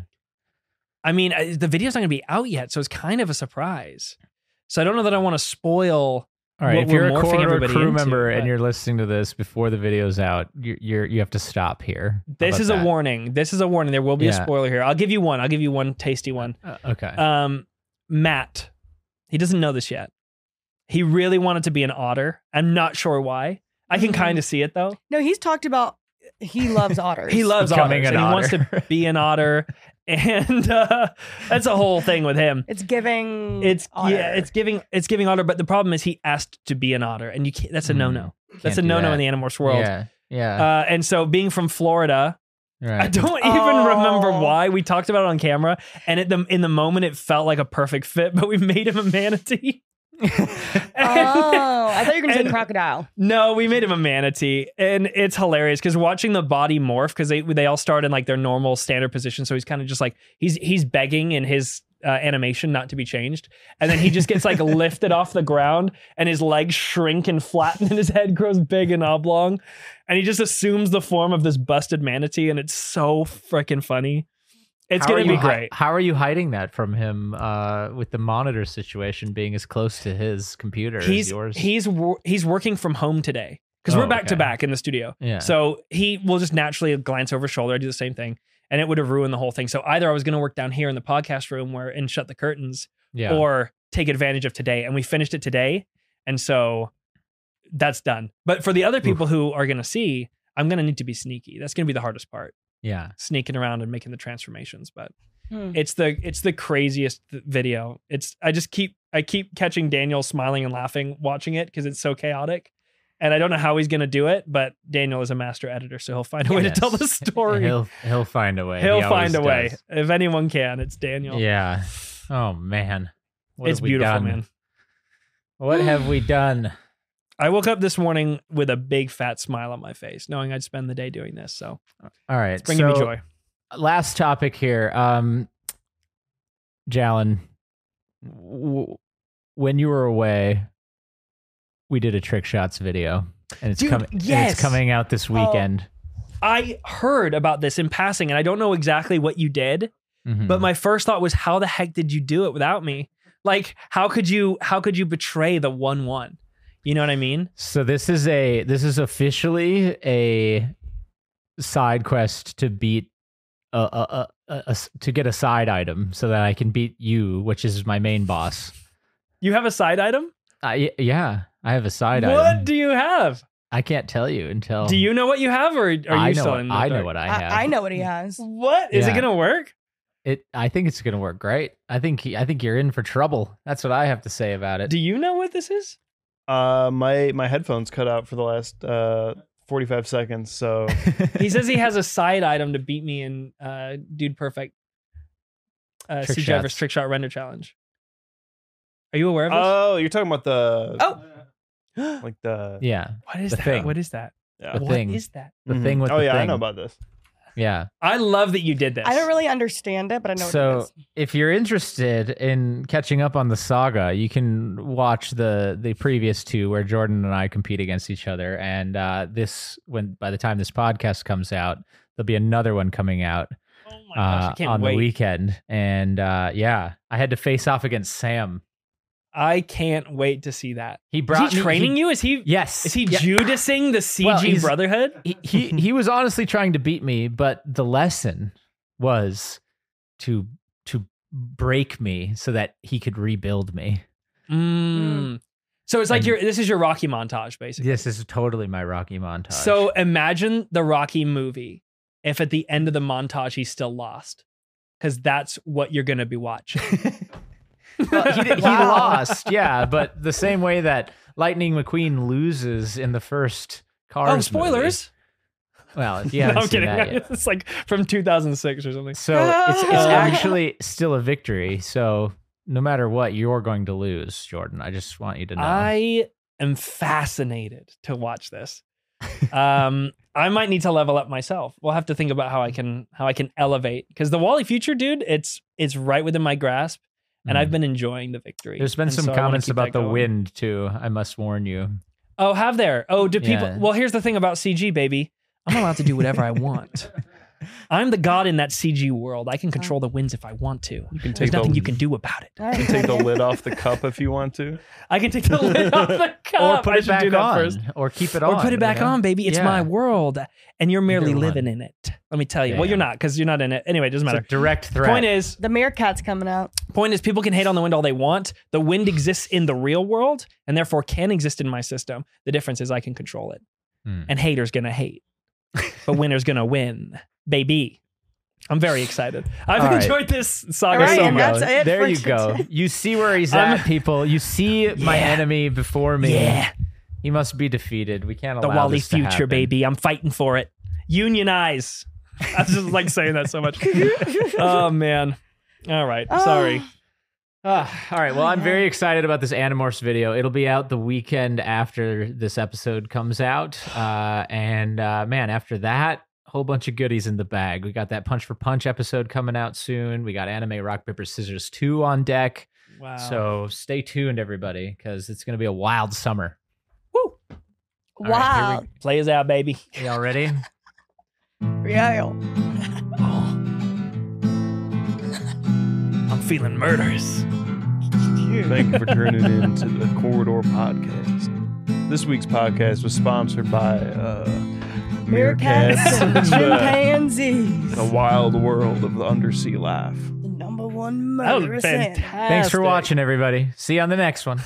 A: I mean, I, the video's not going to be out yet, so it's kind of a surprise. So I don't know that I want to spoil.
B: All right,
A: What
B: if you're
A: we're
B: a
A: morphing
B: corridor
A: everybody
B: crew
A: into,
B: member
A: but-
B: and you're listening to this before the video's out, you, you're you have to stop here. How
A: This
B: about
A: is a
B: that?
A: warning. This is a warning. There will be
B: Yeah.
A: a spoiler here. I'll give you one. I'll give you one tasty one.
B: Uh, okay.
A: um, Matt, he doesn't know this yet. He really wanted to be an otter. I'm not sure why. I can
C: Mhm.
B: Mm-hmm.
A: kind of see it though.
C: No, he's talked about he loves otters.
A: He loves
B: Becoming
A: otters,
B: an
A: and he wants
B: otter.
A: to be an otter, and uh, that's a whole thing with him.
C: It's giving.
B: Mm,
A: It's
C: otter.
A: yeah, it's giving it's giving otter. But the problem is he asked to be an otter, and you can't. That's a
B: Mm,
A: no no. That's
B: can't
A: a
B: do
A: no no in
B: that.
A: the animorphs world.
B: Yeah. Yeah.
A: Uh, and so being from Florida, I
B: right.
A: don't even
C: Oh.
A: remember why we talked about it on camera. And at the in the moment, it felt like a perfect fit, but we made him a manatee.
C: Oh, I thought you were gonna
A: And-
C: say crocodile.
A: No, we made him a manatee, and it's hilarious because watching the body morph because they they all start in like their normal standard position, so he's kind of just like he's he's begging in his uh, animation not to be changed, and then he just gets like lifted off the ground, and his legs shrink and flatten, and his head grows big and oblong, and he just assumes the form of this busted manatee, and it's so freaking funny. It's
B: How are
A: gonna be
B: you hi-
A: great.
B: how are you hiding that from him uh, with the monitor situation being as close to his computer as
A: He's
B: yours?
A: he's wor- he's working from home today because
B: Oh,
A: we're back to
B: okay.
A: back in the studio.
B: yeah.
A: So he will just naturally glance over his shoulder. I do the same thing. And it would have ruined the whole thing. So either I was going to work down here in the podcast room where and shut the curtains
B: yeah.
A: or take advantage of today. And we finished it today. And so that's done. But for the other people who are going to see, I'm going to need to be sneaky. That's going to be the hardest part,
B: yeah.
A: sneaking around and making the transformations. But
C: Hmm.
A: it's the it's the craziest th- video. It's I just keep I keep catching Daniel smiling and laughing watching it because it's so chaotic, and I don't know how he's gonna do it. But Daniel is a master editor, so he'll find a way to
B: Yes.
A: tell the story. He'll,
B: He'll he'll find a way. He
A: find a
B: always
A: way
B: does.
A: if anyone can. It's Daniel.
B: Yeah. Oh man. What
A: it's
B: have we
A: beautiful,
B: done?
A: man.
B: What have we done?
A: I woke up this morning with a big fat smile on my face, knowing I'd spend the day doing this. So
B: All right.
A: it's bringing me
B: so
A: joy.
B: Last topic here. Um, Jalen, w- when you were away, we did a trick shots video, and it's
A: Dude,
B: coming.
A: yes! Oh.
B: It's coming out this weekend.
A: I heard about this in passing, and I don't know exactly what you did.
B: Mhm.
A: But my first thought was, how the heck did you do it without me? Like, how could you how could you betray the one one? You know what I mean?
B: So this is a this is officially a side quest to beat a, a, a, a- a s- to get a side item so that I can beat you, which is my main boss.
A: You have a side item?
B: I yeah, I have a side
A: what
B: item.
A: do you have?
B: I can't tell you until
A: Do you know what you have, or are you
B: I know
A: still
B: what,
A: in? The
B: I know
A: dark?
B: what I have.
C: I, I know what he has.
A: What is it
B: Yeah.
A: gonna work?
B: it. I think it's gonna work great. I think he- I think you're in for trouble. That's what I have to say about it.
A: Do you know what this is?
D: Uh, my my headphones cut out for the last uh, 45 seconds, so
A: He says he has a side item to beat me in uh, Dude Perfect. Uh,
B: Trick
A: CGI versus
B: shots.
A: trick shot render challenge. Are you aware of this?
D: Oh, you're talking about the
C: Oh.
D: like the
B: Yeah,
A: what is
B: the
A: that?
B: thing.
A: What is that?
D: yeah.
B: The
A: What
B: thing.
A: is that?
B: the
D: Mhm.
B: thing with
D: oh
B: the
D: yeah, I
B: thing.
D: know about this.
B: yeah.
A: I love that you did this.
C: I don't really understand it, but I know
B: So-
C: what it is.
B: If you're interested in catching up on the saga, you can watch the the previous two where Jordan and I compete against each other. And uh, this, when by the time this podcast comes out, there'll be another one coming out
A: Oh my gosh, I
B: uh,
A: can't
B: on
A: wait.
B: the weekend. And uh, yeah, I had to face off against Sam.
A: I can't wait to see that.
B: He
A: Is
B: brought
A: he
B: me-
A: training you? Is he
B: Yes.
A: is he
B: Yeah.
A: Judasing the CG
B: Well, he's-
A: Brotherhood?
B: he, he he was honestly trying to beat me, but the lesson was to to break me so that he could rebuild me.
A: Mm. So it's like
B: And-
A: your this is your Rocky montage basically.
B: This is totally my Rocky montage.
A: So imagine the Rocky movie if at the end of the montage he's still lost. Because that's what you're gonna be watching.
B: Well, he, did- he
C: Wow.
B: lost, yeah, but the same way that Lightning McQueen loses in the first Cars.
A: oh,
B: movie.
A: spoilers!
B: Well, yeah,
A: no, I'm kidding. It's like from 2006 or something.
B: So it's it's actually still a victory. So no matter what, you're going to lose, Jordan. I just want you to know.
A: I am fascinated to watch this. um, I might need to level up myself. We'll have to think about how I can how I can elevate because the Wally Future dude, it's it's right within my grasp, and I've
B: Mm.
A: been enjoying the victory.
B: There's been
A: And
B: some
A: so I wanna
B: comments
A: keep
B: about
A: that
B: the
A: going.
B: wind too. I must warn you.
A: Oh, have there? Oh, do people?
B: Yeah.
A: Well, here's the thing about CG, baby. I'm allowed to do whatever I want. I'm the god in that CG world. I can control the winds if I want to.
D: You can take
A: There's
D: the
A: nothing you can do about it.
C: All right,
D: you can take the
C: Jordan.
D: lid off the cup if you want to.
A: I can take the lid off the
B: Or
A: cup.
B: put
A: Oh, I
B: it
A: should
B: back
A: do that
B: on,
A: first.
B: or keep it on,
A: or put it back
B: you know?
A: on, baby. It's
B: Yeah.
A: my world, and you're merely
B: Either one.
A: living in it. Let me tell you. Well,
B: Damn.
A: you're not because you're not in it. Anyway, it doesn't
B: It's a
A: matter.
B: direct threat.
A: Point is,
C: The meerkat's coming out.
A: point is, people can hate on the wind all they want. The wind exists in the real world, and therefore can exist in my system. The difference is I can control it,
B: Hmm.
A: and haters gonna hate, but winners gonna win, baby. I'm very excited. I've
B: All right.
A: enjoyed this
C: All
A: saga
C: right,
A: so
C: and
A: much.
C: that's it
B: there
C: for
B: you go.
C: today.
B: You see where he's
A: I'm-
B: at, people. You see my
A: Yeah.
B: enemy before me.
A: Yeah,
B: He must be defeated. We can't
A: the
B: allow
A: Wally
B: this to
A: future,
B: happen.
A: baby. I'm fighting for it. Unionize. I just like saying that so much. oh man. All right. Sorry.
C: Oh,
B: Ah, all right. Well, I'm very excited about this Animorphs video. It'll be out the weekend after this episode comes out. Uh, and uh, man, after that, whole bunch of goodies in the bag. We got that Punch for Punch episode coming out soon. We got Anime Rock Paper Scissors two on deck.
A: Wow.
B: So stay tuned, everybody, because it's going to be a wild summer.
A: Woo.
B: All right, here
C: wow.
A: Play us out, baby.
B: we- Y'all ready?
C: Real.
A: I'm feeling murderous.
D: Thank you for tuning in to the Corridor Podcast. This week's podcast was sponsored by uh,
C: Meerkats and
D: the,
C: chimpanzees.
D: the wild world of the undersea life.
C: The number one
A: That was
C: murderous ant.
A: fantastic.
B: Thanks for watching, everybody. See you on the next one.